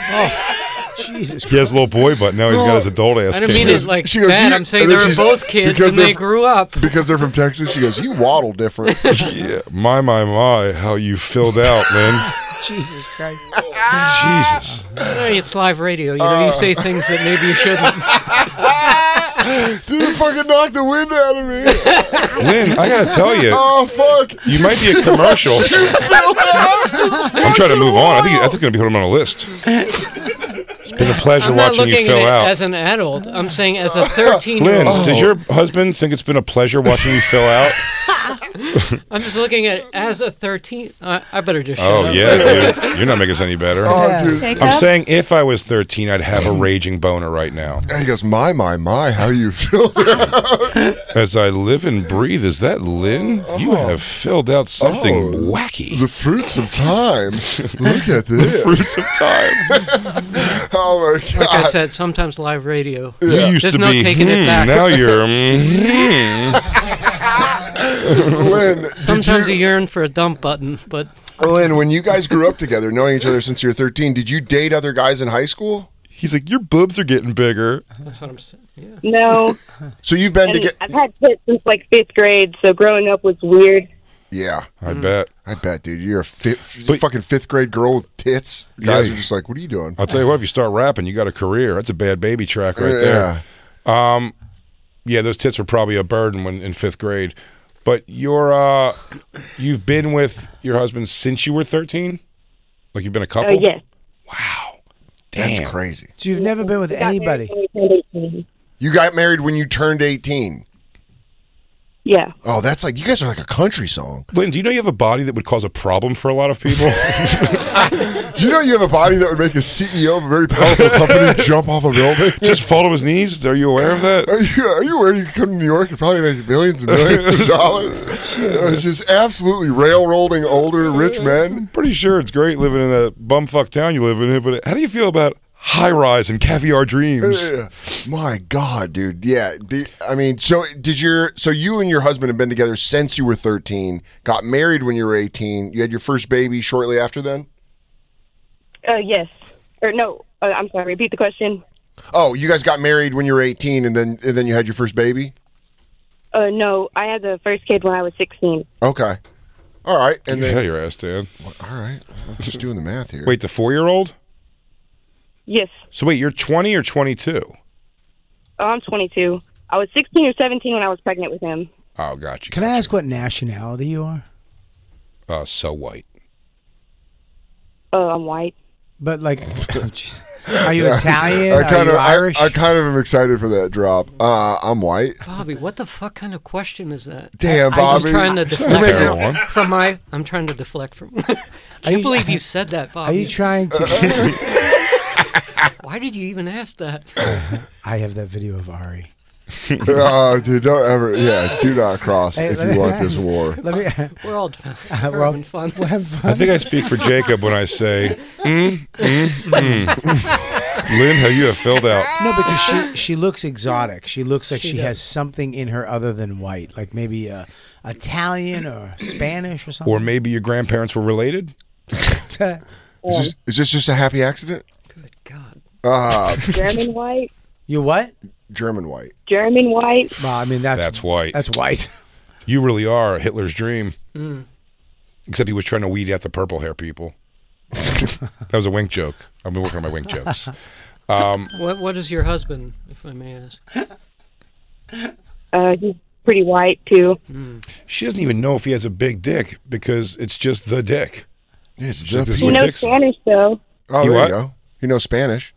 Speaker 1: Jesus!
Speaker 3: he has a little boy butt now. He's got his adult ass.
Speaker 6: I didn't
Speaker 3: kicked
Speaker 6: mean
Speaker 3: in.
Speaker 6: it like
Speaker 2: she goes,
Speaker 6: that.
Speaker 2: "You-"
Speaker 6: I'm saying
Speaker 2: and
Speaker 6: they
Speaker 2: then
Speaker 6: were
Speaker 2: she's-
Speaker 6: both kids
Speaker 2: because
Speaker 6: and they
Speaker 2: they're-
Speaker 6: grew up.
Speaker 2: Because they're from Texas, she goes, "You waddle different."
Speaker 3: Yeah, my my my, how you filled out, man.
Speaker 1: Jesus Christ!
Speaker 3: Jesus.
Speaker 6: Hey, it's live radio. You know, you say things that maybe you shouldn't.
Speaker 2: Dude, it fucking knocked the wind out of me.
Speaker 3: Lynn, I gotta tell you,
Speaker 2: Oh fuck!
Speaker 3: you might be a commercial. I'm trying to move on. I think that's gonna be put him on a list. It's been a pleasure
Speaker 6: I'm not
Speaker 3: watching you
Speaker 6: looking at
Speaker 3: fill
Speaker 6: it
Speaker 3: out.
Speaker 6: as an adult. I'm saying as a 13 year
Speaker 3: Lynn,
Speaker 6: old.
Speaker 3: does your husband think it's been a pleasure watching you fill out?
Speaker 6: I'm just looking at it as a 13. I, I better just shut
Speaker 3: Oh
Speaker 6: up.
Speaker 3: yeah, dude. You're not making us any better.
Speaker 2: Oh, dude.
Speaker 3: I'm saying if I was 13, I'd have a raging boner right now.
Speaker 2: And he goes, "My, my, my, how you feel?"
Speaker 3: As I live and breathe, is that Lynn? You have filled out something
Speaker 2: Oh.
Speaker 3: wacky.
Speaker 2: the fruits of time. Look at this.
Speaker 3: fruits of time.
Speaker 2: oh my god!
Speaker 6: Like I said, sometimes live radio.
Speaker 3: You used
Speaker 6: There's
Speaker 3: to
Speaker 6: no
Speaker 3: be.
Speaker 6: taking it
Speaker 3: hmm,
Speaker 6: back.
Speaker 3: Now you're. hmm.
Speaker 2: Lynn, did
Speaker 6: Sometimes you
Speaker 2: you,
Speaker 6: yearn for a dump button, but
Speaker 2: Lynn, when you guys grew up together, knowing each other since you were 13, did you date other guys in high school?
Speaker 3: He's like, your boobs are getting bigger.
Speaker 6: that's what I'm saying. Yeah.
Speaker 8: No.
Speaker 2: So you've been
Speaker 8: And
Speaker 2: together.
Speaker 8: I've had kids since like fifth grade, so growing up was weird.
Speaker 2: Yeah,
Speaker 3: I bet.
Speaker 2: I bet, dude. You're a fifth,
Speaker 3: But-
Speaker 2: fucking fifth grade girl with tits. Guys
Speaker 3: Yeah.
Speaker 2: are just like, "What are you doing?"
Speaker 3: I'll tell you what. If you start rapping, you got a career. That's a bad baby track right
Speaker 2: Yeah.
Speaker 3: there. Yeah, those tits were probably a burden when in fifth grade. But you're, uh, you've been with your husband since you were 13. Like you've been a
Speaker 8: Uh,
Speaker 3: couple.
Speaker 8: yes.
Speaker 2: That's crazy.
Speaker 1: So you've never been with anybody.
Speaker 8: Got married when I turned 18.
Speaker 2: You got married when you turned 18.
Speaker 8: Yeah.
Speaker 2: Oh, that's like you guys are like a country song.
Speaker 3: Lynn, do you know you have a body that would cause a problem for a lot of people?
Speaker 2: you know you have a body that would make a CEO of a very powerful company jump off a building?
Speaker 3: Just fall to his knees. Are you aware of that?
Speaker 2: Are you, are you aware you could come to New York and probably make millions and millions of dollars? It's just absolutely railroading older rich men.
Speaker 3: I'm pretty sure it's great living in that bumfuck town you live in. But how do you feel about high rise and caviar dreams?
Speaker 2: Yeah. My God, dude. Yeah. The, I mean, so did your so you and your husband have been together since you were thirteen? Got married when you were eighteen. You had your first baby shortly after then.
Speaker 8: Uh, yes. Or no, uh, I'm sorry. Repeat the question.
Speaker 2: Oh, you guys got married when you were eighteen, and then and then you had your first baby.
Speaker 8: Uh, no, I had the first kid when I was 16.
Speaker 2: Okay. All right, and
Speaker 3: Get out of
Speaker 2: then
Speaker 3: your ass, Dan.
Speaker 2: all right. I'm just doing the math here.
Speaker 3: Wait, the four-year-old.
Speaker 8: Yes.
Speaker 3: So wait, you're 20 or 22?
Speaker 8: Oh, I'm 22. I was 16 or 17 when I was pregnant with him.
Speaker 3: Oh, gotcha.
Speaker 1: Can I ask what nationality you are?
Speaker 3: Uh, so white.
Speaker 8: Oh, I'm white.
Speaker 1: But like, are you Italian?
Speaker 2: I kind
Speaker 1: are
Speaker 2: of
Speaker 1: you Irish?
Speaker 2: I, I kind of am excited for that drop. Uh, I'm white.
Speaker 6: Bobby, what the fuck kind of question is that?
Speaker 2: Damn,
Speaker 6: I'm
Speaker 2: Bobby.
Speaker 6: just trying to
Speaker 3: not a terrible
Speaker 6: deflect
Speaker 3: one.
Speaker 6: from, from my. I'm trying to deflect from.
Speaker 1: Are
Speaker 6: can't
Speaker 1: you-
Speaker 6: believe you said that, Bobby.
Speaker 1: are you trying to?
Speaker 6: Why did you even ask that?
Speaker 1: I have that video of Ari.
Speaker 2: oh, dude, don't ever. Yeah, do not cross
Speaker 1: Hey,
Speaker 2: if
Speaker 1: let me-
Speaker 2: you want this war.
Speaker 1: Let me.
Speaker 6: We're all we're
Speaker 1: Uh, well,
Speaker 6: having fun.
Speaker 1: We'll have
Speaker 3: I
Speaker 1: fun.
Speaker 3: think I speak for Jacob when I say, mm, mm, mm. Lynn, how you have filled out.
Speaker 1: No, because she she looks exotic. She looks like she,
Speaker 6: does.
Speaker 1: has something in her other than white, like maybe uh, Italian or Spanish or something.
Speaker 3: Or maybe your grandparents were related?
Speaker 2: Is this, is this just a happy accident?
Speaker 6: Good God.
Speaker 2: Uh,
Speaker 8: German white.
Speaker 1: you what?
Speaker 2: German white.
Speaker 8: German white.
Speaker 1: Well, I mean that's
Speaker 3: That's white.
Speaker 1: That's white.
Speaker 3: You really are Hitler's dream. Except he was trying to weed out the purple hair people. that was a wink joke. I've been working on my wink jokes.
Speaker 6: What What is your husband, if I may ask?
Speaker 8: Uh, he's pretty white, too.
Speaker 3: She doesn't even know if he has a big dick because it's just the dick.
Speaker 2: Yeah, it's
Speaker 3: Just
Speaker 2: just
Speaker 3: this
Speaker 8: He
Speaker 3: Well,
Speaker 8: knows
Speaker 3: Dixon.
Speaker 8: Spanish, though.
Speaker 2: Oh,
Speaker 3: You
Speaker 2: there
Speaker 3: what? Oh.
Speaker 2: you go. He knows Spanish.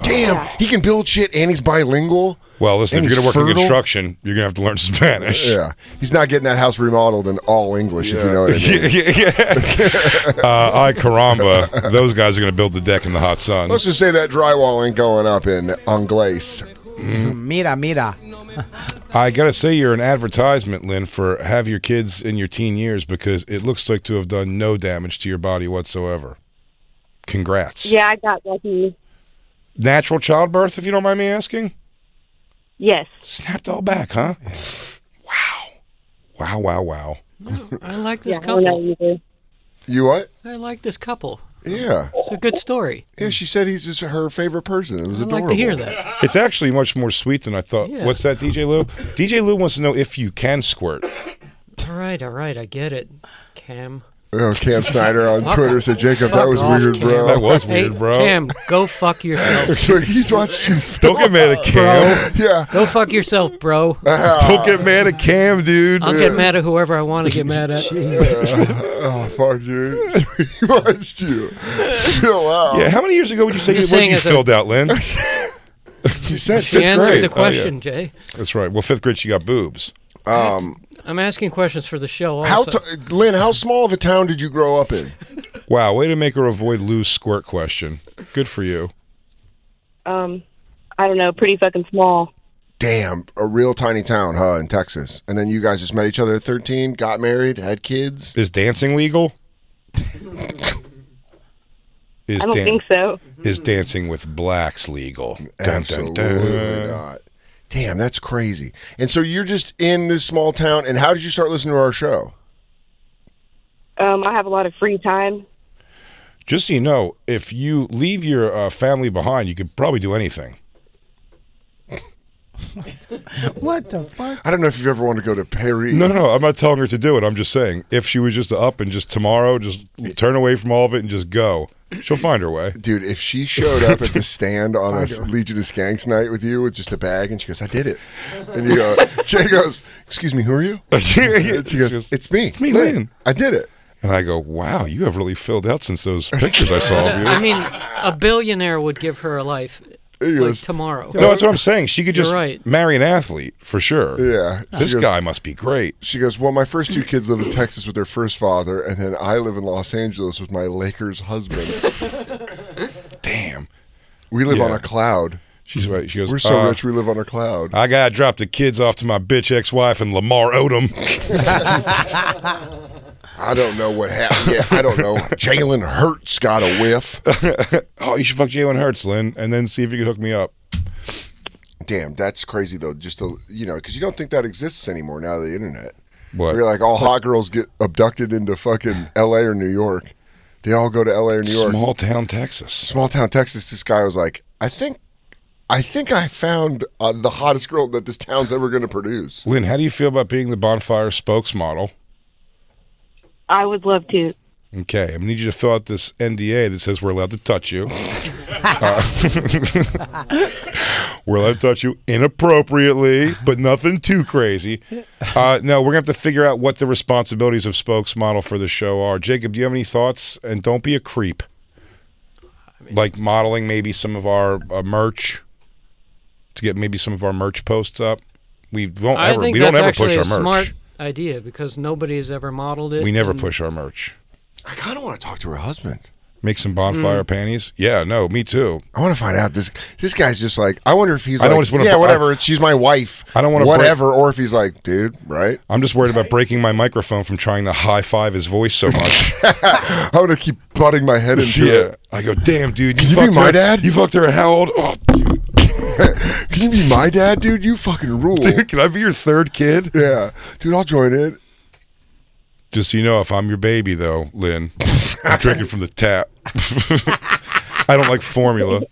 Speaker 2: Damn, he can build shit and he's bilingual.
Speaker 3: Well, listen,
Speaker 2: And
Speaker 3: if you're
Speaker 2: he's
Speaker 3: going to work in
Speaker 2: fertile.
Speaker 3: construction, you're going to have to learn Spanish.
Speaker 2: Yeah, he's not getting that house remodeled in all English, if you know what I mean.
Speaker 3: yeah, yeah. uh, I caramba, those guys are going to build the deck in the hot sun.
Speaker 2: Let's just say that drywall ain't going up in Anglais.
Speaker 1: mira, mira.
Speaker 3: I gotta say, you're an advertisement, Lynn, for have your kids in your teen years because it looks like to have done no damage to your body whatsoever. Congrats.
Speaker 8: Yeah, I got lucky.
Speaker 3: Natural childbirth, if you don't mind me asking.
Speaker 8: Yes.
Speaker 3: Snapped all back, huh? Wow. Wow, wow, wow.
Speaker 6: I like this
Speaker 8: Yeah, I don't know
Speaker 6: couple.
Speaker 8: either.
Speaker 2: You what?
Speaker 6: I like this couple.
Speaker 2: Yeah,
Speaker 6: It's a good story.
Speaker 2: yeah. She said he's just her favorite person. It was
Speaker 6: I'd
Speaker 2: adorable.
Speaker 6: like to hear that.
Speaker 3: It's actually much more sweet than I thought.
Speaker 6: Yeah.
Speaker 3: What's that, DJ Lou? DJ Lou wants to know if you can squirt.
Speaker 6: All right, all right, I get it. Cam.
Speaker 2: Oh, Cam Snyder on Twitter said, "Jacob, that
Speaker 6: Fuck
Speaker 2: was
Speaker 6: off,
Speaker 2: weird,
Speaker 6: Cam.
Speaker 2: bro."
Speaker 3: That was
Speaker 6: Hey,
Speaker 3: weird, bro.
Speaker 6: Cam, go fuck yourself.
Speaker 2: So he's watched you.
Speaker 3: Don't get mad at Cam.
Speaker 2: Yeah. Uh,
Speaker 6: Go fuck yourself, bro.
Speaker 3: Don't get mad at Cam, dude.
Speaker 6: I'll get mad at whoever I want to get mad at.
Speaker 2: Oh fuck, dude. he watched you. Fill out.
Speaker 3: Yeah, how many years ago would you say
Speaker 6: I'm
Speaker 3: you,
Speaker 6: just
Speaker 3: was
Speaker 6: saying
Speaker 3: you
Speaker 6: as a-
Speaker 3: filled out, Lynn?
Speaker 2: You said
Speaker 6: She
Speaker 2: fifth
Speaker 6: answered
Speaker 2: grade.
Speaker 6: the
Speaker 3: Oh, yeah.
Speaker 6: question, Jay.
Speaker 3: That's right. Well, fifth grade, she got boobs.
Speaker 2: um,
Speaker 6: I'm asking questions for the show. Also.
Speaker 2: how t- Lynn? How small of a town did you grow up in?
Speaker 3: Wow, way to make her avoid Lou's squirt question. Good for you.
Speaker 8: Um, I don't know. Pretty fucking small.
Speaker 2: Damn, a real tiny town, huh, in Texas. And then you guys just met each other at thirteen, got married, had kids.
Speaker 3: Is dancing legal? Is,
Speaker 8: I don't
Speaker 3: dan-
Speaker 8: think so.
Speaker 3: is dancing with blacks legal? Dun, dun,
Speaker 2: Absolutely
Speaker 3: dun.
Speaker 2: not. Damn, that's crazy. And so you're just in this small town. And how did you start listening to our show?
Speaker 8: Um, I have a lot of free time.
Speaker 3: Just so you know, if you leave your uh, family behind, you could probably do anything.
Speaker 1: What the fuck?
Speaker 2: I don't know if you've ever wanted to go to Paris.
Speaker 3: No, no, no. I'm not telling her to do it. I'm just saying, if she was just to up and just tomorrow, just turn away from all of it and just go, she'll find her way.
Speaker 2: Dude, if she showed up at the stand on a Legion of Skanks night with you with just a bag and she goes, I did it. And you go, Jay goes, Excuse me, who are you? And she goes, It's me. It's
Speaker 3: me, Lynn."
Speaker 2: I did it.
Speaker 3: And I go, wow, you have really filled out since those pictures I saw of you.
Speaker 6: I mean, a billionaire would give her a life
Speaker 2: He
Speaker 6: like
Speaker 2: goes,
Speaker 6: tomorrow.
Speaker 3: No, that's what I'm saying. She could just
Speaker 6: You're right.
Speaker 3: marry an athlete for sure.
Speaker 2: Yeah.
Speaker 3: This
Speaker 2: She goes-
Speaker 3: guy must be great.
Speaker 2: She goes, Well, my first two kids live in Texas with their first father, and then I live in Los Angeles with my Lakers husband.
Speaker 3: Damn.
Speaker 2: We live
Speaker 3: Yeah.
Speaker 2: on a cloud.
Speaker 3: She's right. She goes,
Speaker 2: We're so
Speaker 3: "Uh,
Speaker 2: rich, we live on a cloud.
Speaker 3: I gotta drop the kids off to my bitch ex-wife and Lamar Odom.
Speaker 2: I don't know what happened. Yeah, I don't know. Jalen Hurts got a whiff.
Speaker 3: oh, you should fuck Jalen Hurts, Lynn, and then see if you can hook me up.
Speaker 2: Damn, that's crazy though. Just to you know, because you don't think that exists anymore now. The internet.
Speaker 3: What?
Speaker 2: You're like all hot girls get abducted into fucking L.A. or New York. They all go to L.A. or New York.
Speaker 3: Small town Texas.
Speaker 2: Small town Texas. This guy was like, I think, I think I found uh, the hottest girl that this town's ever going to produce.
Speaker 3: Lynn, how do you feel about being the bonfire spokesmodel?
Speaker 8: I would love to.
Speaker 3: Okay, I'm gonna need you to fill out this NDA that says we're allowed to touch you. Uh, we're allowed to touch you inappropriately, but nothing too crazy. Uh, no, we're gonna have to figure out what the responsibilities of spokesmodel for the show are. Jacob, do you have any thoughts? And don't be a creep. Like modeling maybe some of our uh, merch to get maybe some of our merch posts up. We won't
Speaker 6: I
Speaker 3: ever.
Speaker 6: think
Speaker 3: We don't
Speaker 6: that's
Speaker 3: ever
Speaker 6: actually
Speaker 3: push our
Speaker 6: a
Speaker 3: merch.
Speaker 6: smart idea because nobody has ever modeled it.
Speaker 3: We never
Speaker 6: and-
Speaker 3: push our merch.
Speaker 2: I kind of want to talk to her husband.
Speaker 3: Make some bonfire panties. Yeah, no, me too.
Speaker 2: I want to find out this. This guy's just like I wonder if he's
Speaker 3: I don't
Speaker 2: like
Speaker 3: just wanna-
Speaker 2: yeah whatever. she's my wife.
Speaker 3: I don't wanna break-
Speaker 2: whatever. Or if he's like dude right.
Speaker 3: I'm just worried about breaking my microphone from trying to high five his voice so much.
Speaker 2: I'm gonna keep butting my head into
Speaker 3: yeah. I go, damn, dude. You,
Speaker 2: Could you be
Speaker 3: fucked
Speaker 2: my
Speaker 3: her-
Speaker 2: dad?"
Speaker 3: You fucked her at how old? Oh, dude,
Speaker 2: it. Can you be my dad, dude? You fucking rule.
Speaker 3: dude, can I be your third kid?
Speaker 2: Yeah, dude, I'll join it.
Speaker 3: Just so you know, if I'm your baby, though, Lynn, I'm drinking from the tap. I don't like formula.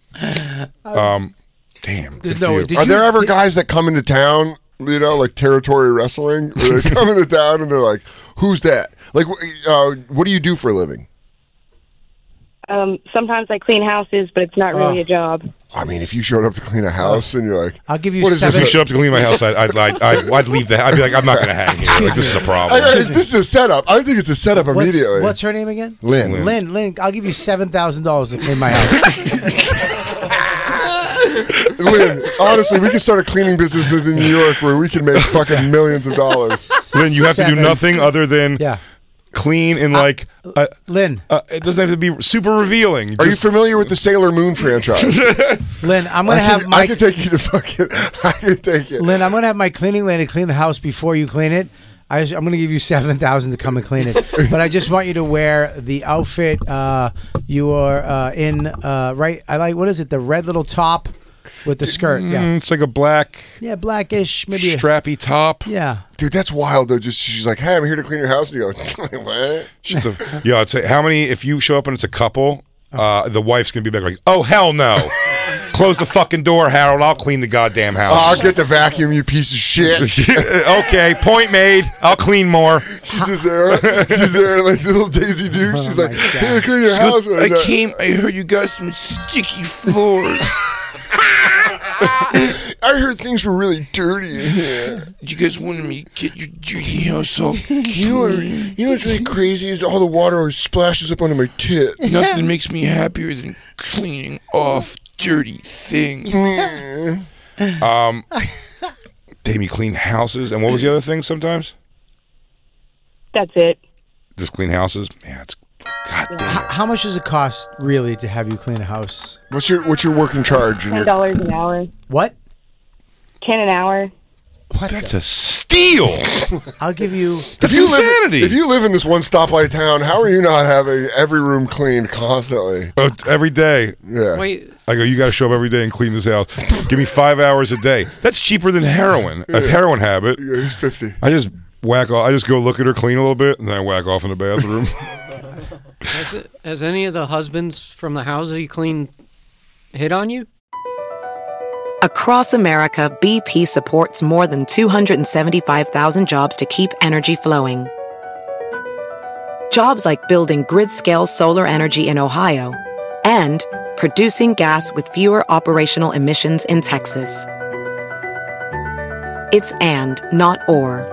Speaker 3: Um, damn.
Speaker 1: There's
Speaker 3: good
Speaker 1: no-
Speaker 3: for you.
Speaker 1: did
Speaker 2: Are
Speaker 1: you-
Speaker 2: there ever guys that come into town, you know, like territory wrestling? Where they come into town and they're like, "Who's that? Like, wh- uh, what do you do for a living?"
Speaker 8: Um, sometimes I clean houses, but it's not really a job.
Speaker 2: I mean, if you showed up to clean a house and you're like,
Speaker 1: I'll give you
Speaker 2: what is
Speaker 3: if
Speaker 1: seven-
Speaker 3: you
Speaker 2: this?
Speaker 3: showed up to clean my house, I'd, I'd, I'd, I'd, I'd leave the house. I'd be like, I'm not going to hang here. Like, this is a
Speaker 2: I-
Speaker 3: problem.
Speaker 2: I- this is a setup. I think it's a setup
Speaker 1: What's,
Speaker 2: immediately.
Speaker 1: what's her name again?
Speaker 2: Lynn.
Speaker 1: Lynn. Lynn. I'll give you seven thousand dollars to clean my house.
Speaker 2: Lynn, honestly, we could start a cleaning business within New York where we can make fucking millions of dollars.
Speaker 3: Lynn, you have to do
Speaker 1: Seven.
Speaker 3: nothing other than
Speaker 1: Yeah.
Speaker 3: clean and like. uh,
Speaker 1: Lynn.
Speaker 3: Uh, it doesn't have to be super revealing.
Speaker 2: Are you
Speaker 3: Just-
Speaker 2: familiar with the Sailor Moon franchise?
Speaker 1: Lynn, I'm
Speaker 2: I
Speaker 1: gonna
Speaker 2: can,
Speaker 1: have
Speaker 2: I
Speaker 1: Mike.
Speaker 2: can take you to fucking. I can take it.
Speaker 1: Lynn, I'm gonna have my cleaning lady clean the house before you clean it. I am gonna give you seven thousand to come and clean it, but I just want you to wear the outfit uh, you are uh, in. Uh, right, I like what is it? The red little top with the skirt.
Speaker 3: Mm,
Speaker 1: Yeah,
Speaker 3: it's like a black
Speaker 1: yeah, blackish, maybe. A,
Speaker 3: strappy top.
Speaker 1: yeah,
Speaker 2: Dude, that's wild though. Just she's like, "Hey, I'm here to clean your house," and you go, like, "What?"
Speaker 3: She's a- yeah, I'd say how many if you show up and it's a couple,
Speaker 2: Oh.
Speaker 3: uh, the wife's gonna be back like, oh hell no, close the fucking door, Harold. I'll clean the goddamn
Speaker 2: Oh, I'll
Speaker 3: house.
Speaker 2: get the vacuum, you piece of shit.
Speaker 3: okay, point made. I'll clean more.
Speaker 2: She's just there. She's there like little Daisy Duke. She's like, "Here, clean your house." And I-
Speaker 3: I heard you got some sticky floors.
Speaker 2: I heard things were really dirty in here.
Speaker 3: you guys wanted me to get your dirty house off.
Speaker 2: You are, you know what's really crazy is all the water always splashes up onto my tits.
Speaker 3: Nothing makes me happier than cleaning off dirty things. um, damn, you clean houses, and what was the other thing? Sometimes
Speaker 8: That's it.
Speaker 3: just clean houses. Man, it's god damn.
Speaker 1: How much does it cost really to have you clean a house?
Speaker 2: What's your what's your working charge? in
Speaker 8: Ten
Speaker 2: your-
Speaker 8: dollars an hour.
Speaker 1: What?
Speaker 8: Ten an hour.
Speaker 3: That's a steal.
Speaker 1: I'll give you.
Speaker 3: That's
Speaker 2: you live-
Speaker 3: insanity.
Speaker 2: if you live in this one stoplight town, how are you not having every room cleaned constantly?
Speaker 3: Oh, t- every day,
Speaker 2: Yeah.
Speaker 6: Wait,
Speaker 3: I go. You got to show up every day and clean this house. Give me five hours a day. That's cheaper than heroin. A heroin habit.
Speaker 2: Yeah, he's 50.
Speaker 3: I just whack off. I just go look at her clean a little bit, and then I whack off in the bathroom.
Speaker 6: has, has any of the husbands from the houses you clean hit on you?
Speaker 10: Across America, BP supports more than 275,000 jobs to keep energy flowing. Jobs like building grid scale solar energy in Ohio and producing gas with fewer operational emissions in Texas. It's and, not or.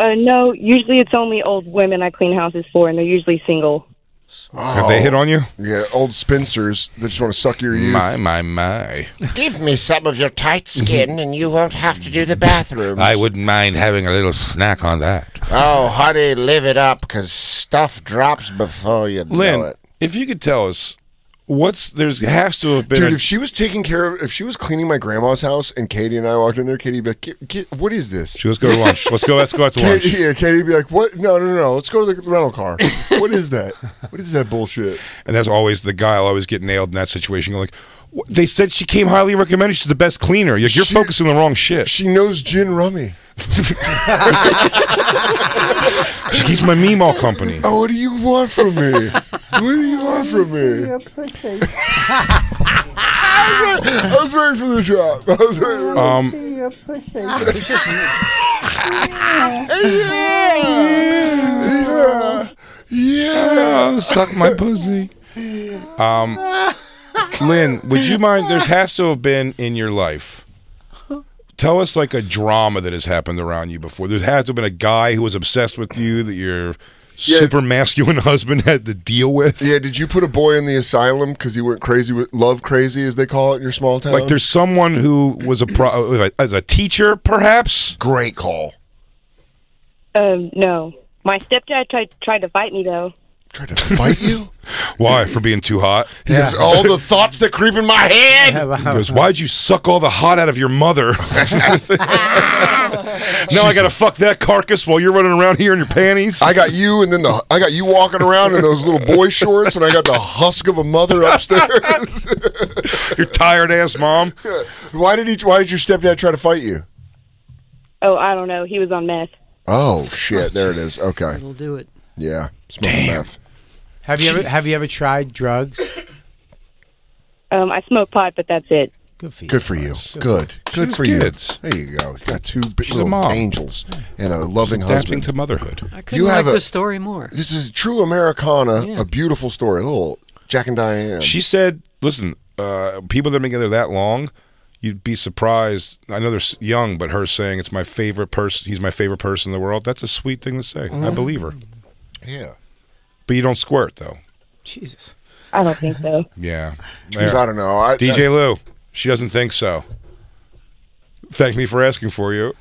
Speaker 8: Uh, no, usually it's only old women I clean houses for, and they're usually single.
Speaker 3: Have they hit on you?
Speaker 2: Oh, Yeah, old Spencers. They just want to suck your youth.
Speaker 3: My, my, my.
Speaker 11: Give me some of your tight skin and you won't have to do the bathroom.
Speaker 3: I wouldn't mind having a little snack on that.
Speaker 11: oh, honey, live it up because stuff drops before you
Speaker 3: Lynn,
Speaker 11: know it.
Speaker 3: if you could tell us, what's there's has to have been.
Speaker 2: Dude,
Speaker 3: a-
Speaker 2: if she was taking care of, if she was cleaning my grandma's house and Katie and I walked in there, Katie'd be like, "Ki- ki- what is this?
Speaker 3: She goes, go to lunch. Let's go. Let's go out to lunch.
Speaker 2: Katie, yeah, Katie'd be like, what? No, no, no, no. Let's go to the rental car. what is that? What is that bullshit?
Speaker 3: And that's always the guy. I always get nailed in that situation. Like, "What- they said she came highly recommended. She's the best cleaner. You're, you're focusing on the wrong shit.
Speaker 2: She knows gin rummy.
Speaker 3: She's my meme all company.
Speaker 2: Oh, what do you want from me? what do you want from me? I was waiting for the drop. I was waiting for the
Speaker 3: Um,
Speaker 2: yeah.
Speaker 3: Yeah, Oh, suck my pussy. Um, Lynn, would you mind? There has to have been in your life. Tell us like a drama that has happened around you before. There has to have been a guy who was obsessed with you that your super masculine husband had to deal with.
Speaker 2: Yeah, did you put a boy in the asylum because he went crazy with love crazy, as they call it in your small town?
Speaker 3: Like there's someone who was a pro- uh, as a teacher, perhaps.
Speaker 2: Great call.
Speaker 8: Um, no. My stepdad tried tried to fight me though.
Speaker 2: Tried to fight you?
Speaker 3: Why for being too hot?
Speaker 2: He goes, all the thoughts that creep in my head.
Speaker 3: He goes, why'd you suck all the hot out of your mother? now I gotta fuck that carcass while you're running around here in your panties.
Speaker 2: I got you, and then the I got you walking around in those little boy shorts, and I got the husk of a mother upstairs.
Speaker 3: Your tired ass mom.
Speaker 2: why did he? Why did your stepdad try to fight you?
Speaker 8: Oh, I don't know. He was on meth.
Speaker 2: Oh shit! There it is. Okay.
Speaker 6: It'll do it.
Speaker 2: Yeah. Smoking meth.
Speaker 1: Have you ever have you ever tried drugs?
Speaker 8: Um, I smoke pot, but that's it.
Speaker 1: Good for you.
Speaker 2: Good for you. Good. Good
Speaker 3: She's
Speaker 2: for
Speaker 3: kids.
Speaker 2: you. There you go. You got two big
Speaker 3: She's a
Speaker 2: little
Speaker 3: mom.
Speaker 2: angels and a loving
Speaker 3: Adapting
Speaker 2: husband.
Speaker 3: to motherhood.
Speaker 6: I couldn't
Speaker 2: You
Speaker 6: like
Speaker 2: have a-
Speaker 6: the story more.
Speaker 2: this is true Americana. A beautiful story. A little Jack and Diane.
Speaker 3: She said, listen, uh, people that have been together that long, you'd be surprised. I know they're s- young, but her saying it's my favorite person, he's my favorite person in the world, that's a sweet thing to say. I believe her.
Speaker 2: yeah.
Speaker 3: But you don't squirt, though.
Speaker 1: Jesus.
Speaker 8: I don't think so.
Speaker 3: Yeah.
Speaker 2: Jeez, I don't know. I,
Speaker 3: DJ Lou, she doesn't think so. Thank me for asking for you.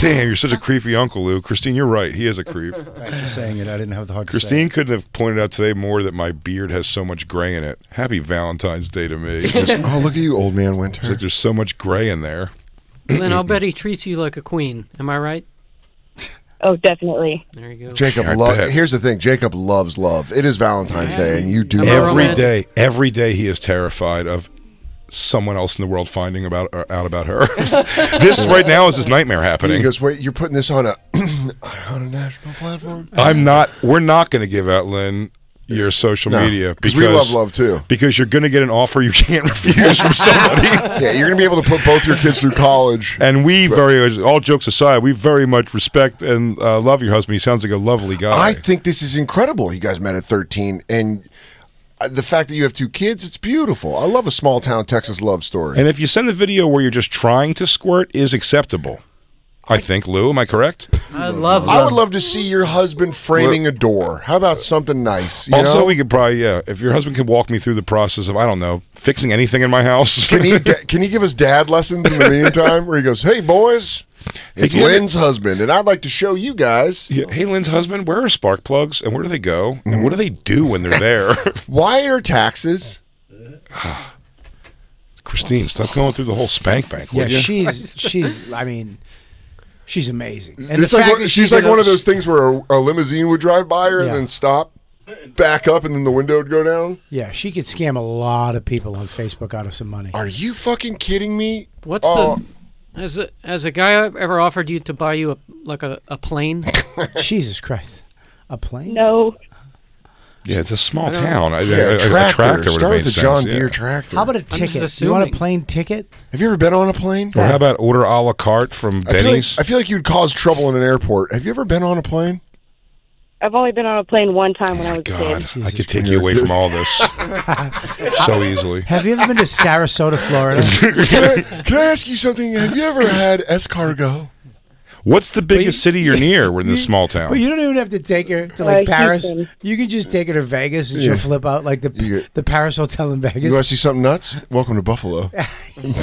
Speaker 3: Damn, you're such a creepy uncle, Lou. Christine, you're right. He is a creep.
Speaker 7: Thanks for saying it. I didn't have the heart
Speaker 3: Christine couldn't have pointed out today more that my beard has so much gray in it. Happy Valentine's Day to me. It's
Speaker 2: oh, look at you, old man Winter.
Speaker 3: like there's so much gray in there.
Speaker 6: Lynn, I'll bet he treats you like a queen. Am I right?
Speaker 8: Oh, definitely.
Speaker 6: There you go.
Speaker 2: Jacob
Speaker 3: I
Speaker 2: loves.
Speaker 3: bet.
Speaker 2: Here's the thing. Jacob loves love. It is Valentine's Day, and you do
Speaker 3: every day. Every day he is terrified of someone else in the world finding about or out about her. this right now is his nightmare
Speaker 2: He
Speaker 3: happening.
Speaker 2: goes, wait, you're putting this on a on a national platform.
Speaker 3: I'm not. We're not going to give out, Lynn. Your social
Speaker 2: No,
Speaker 3: media
Speaker 2: 'cause we love love, too.
Speaker 3: Because you're going to get an offer you can't refuse from somebody.
Speaker 2: yeah, you're gonna be able to put both your kids through college.
Speaker 3: And we very, all jokes aside, we very much respect and uh, love your husband. He sounds like a lovely guy.
Speaker 2: I think this is incredible. You guys met at 13, and uh, the fact that you have two kids, it's beautiful. I love a small town Texas love story.
Speaker 3: and if you send the video where you're just trying to squirt, is acceptable. I think, Lou. Am I correct?
Speaker 6: I love
Speaker 2: I would love to see your husband framing a door. How about something nice? You
Speaker 3: also,
Speaker 2: know?
Speaker 3: we could probably, yeah. If your husband could walk me through the process of, I don't know, fixing anything in my house.
Speaker 2: can he da- can he give us dad lessons in the meantime? Where he goes, "Hey boys, it's
Speaker 3: Hey, give
Speaker 2: Lynn's husband, and I'd like to show you guys."
Speaker 3: Yeah, Hey, Lynn's husband, where are spark plugs, and where do they go, and
Speaker 2: Mm-hmm.
Speaker 3: what do they do when they're there?
Speaker 2: Why are taxes?
Speaker 3: Christine, stop going through the whole spank bank.
Speaker 1: Yeah,
Speaker 3: would you?
Speaker 1: she's she's. I mean, she's amazing.
Speaker 2: it's like one-
Speaker 1: that
Speaker 2: she's,
Speaker 1: in
Speaker 2: like
Speaker 1: a-
Speaker 2: one of those things where a, a limousine would drive by her and then stop, back up, and then the window would go down.
Speaker 1: Yeah, she could scam a lot of people on Facebook out of some money.
Speaker 2: Are you fucking kidding me? Oh,
Speaker 6: What's the has a, has a guy ever offered you to buy you a like a, a plane?
Speaker 1: Jesus Christ, a plane?
Speaker 8: No.
Speaker 3: Yeah, it's a small
Speaker 6: I don't-
Speaker 3: town. I,
Speaker 2: Yeah,
Speaker 3: I- I- a
Speaker 2: tractor.
Speaker 3: tractor would
Speaker 2: Start with
Speaker 3: have made
Speaker 2: the John
Speaker 3: sense, yeah.
Speaker 2: Deere tractor.
Speaker 1: How about a ticket? You want a
Speaker 6: assuming.
Speaker 1: plane ticket?
Speaker 2: Have you ever been on a plane?
Speaker 3: Or how about order a la carte from
Speaker 2: I feel, like,
Speaker 3: Benny's?
Speaker 2: I feel like you'd cause trouble in an airport. Have you ever been on a plane?
Speaker 8: I've only been on a plane one time when I was a
Speaker 3: God,
Speaker 8: kid.
Speaker 3: I could take you away from all this so easily.
Speaker 1: Have you ever been to Sarasota, Florida?
Speaker 2: Can I, can I ask you something? Have you ever had escargot?
Speaker 3: What's the biggest city you're near? We're in this small
Speaker 1: Well,
Speaker 3: town.
Speaker 1: you don't even have to take her to
Speaker 8: Right,
Speaker 1: like Paris.
Speaker 8: Houston.
Speaker 1: You can just take her to Vegas and
Speaker 2: Yeah.
Speaker 1: she'll flip out like the
Speaker 2: You get-
Speaker 1: the Paris hotel in
Speaker 2: You want to
Speaker 1: Vegas.
Speaker 2: see something nuts? Welcome to Buffalo.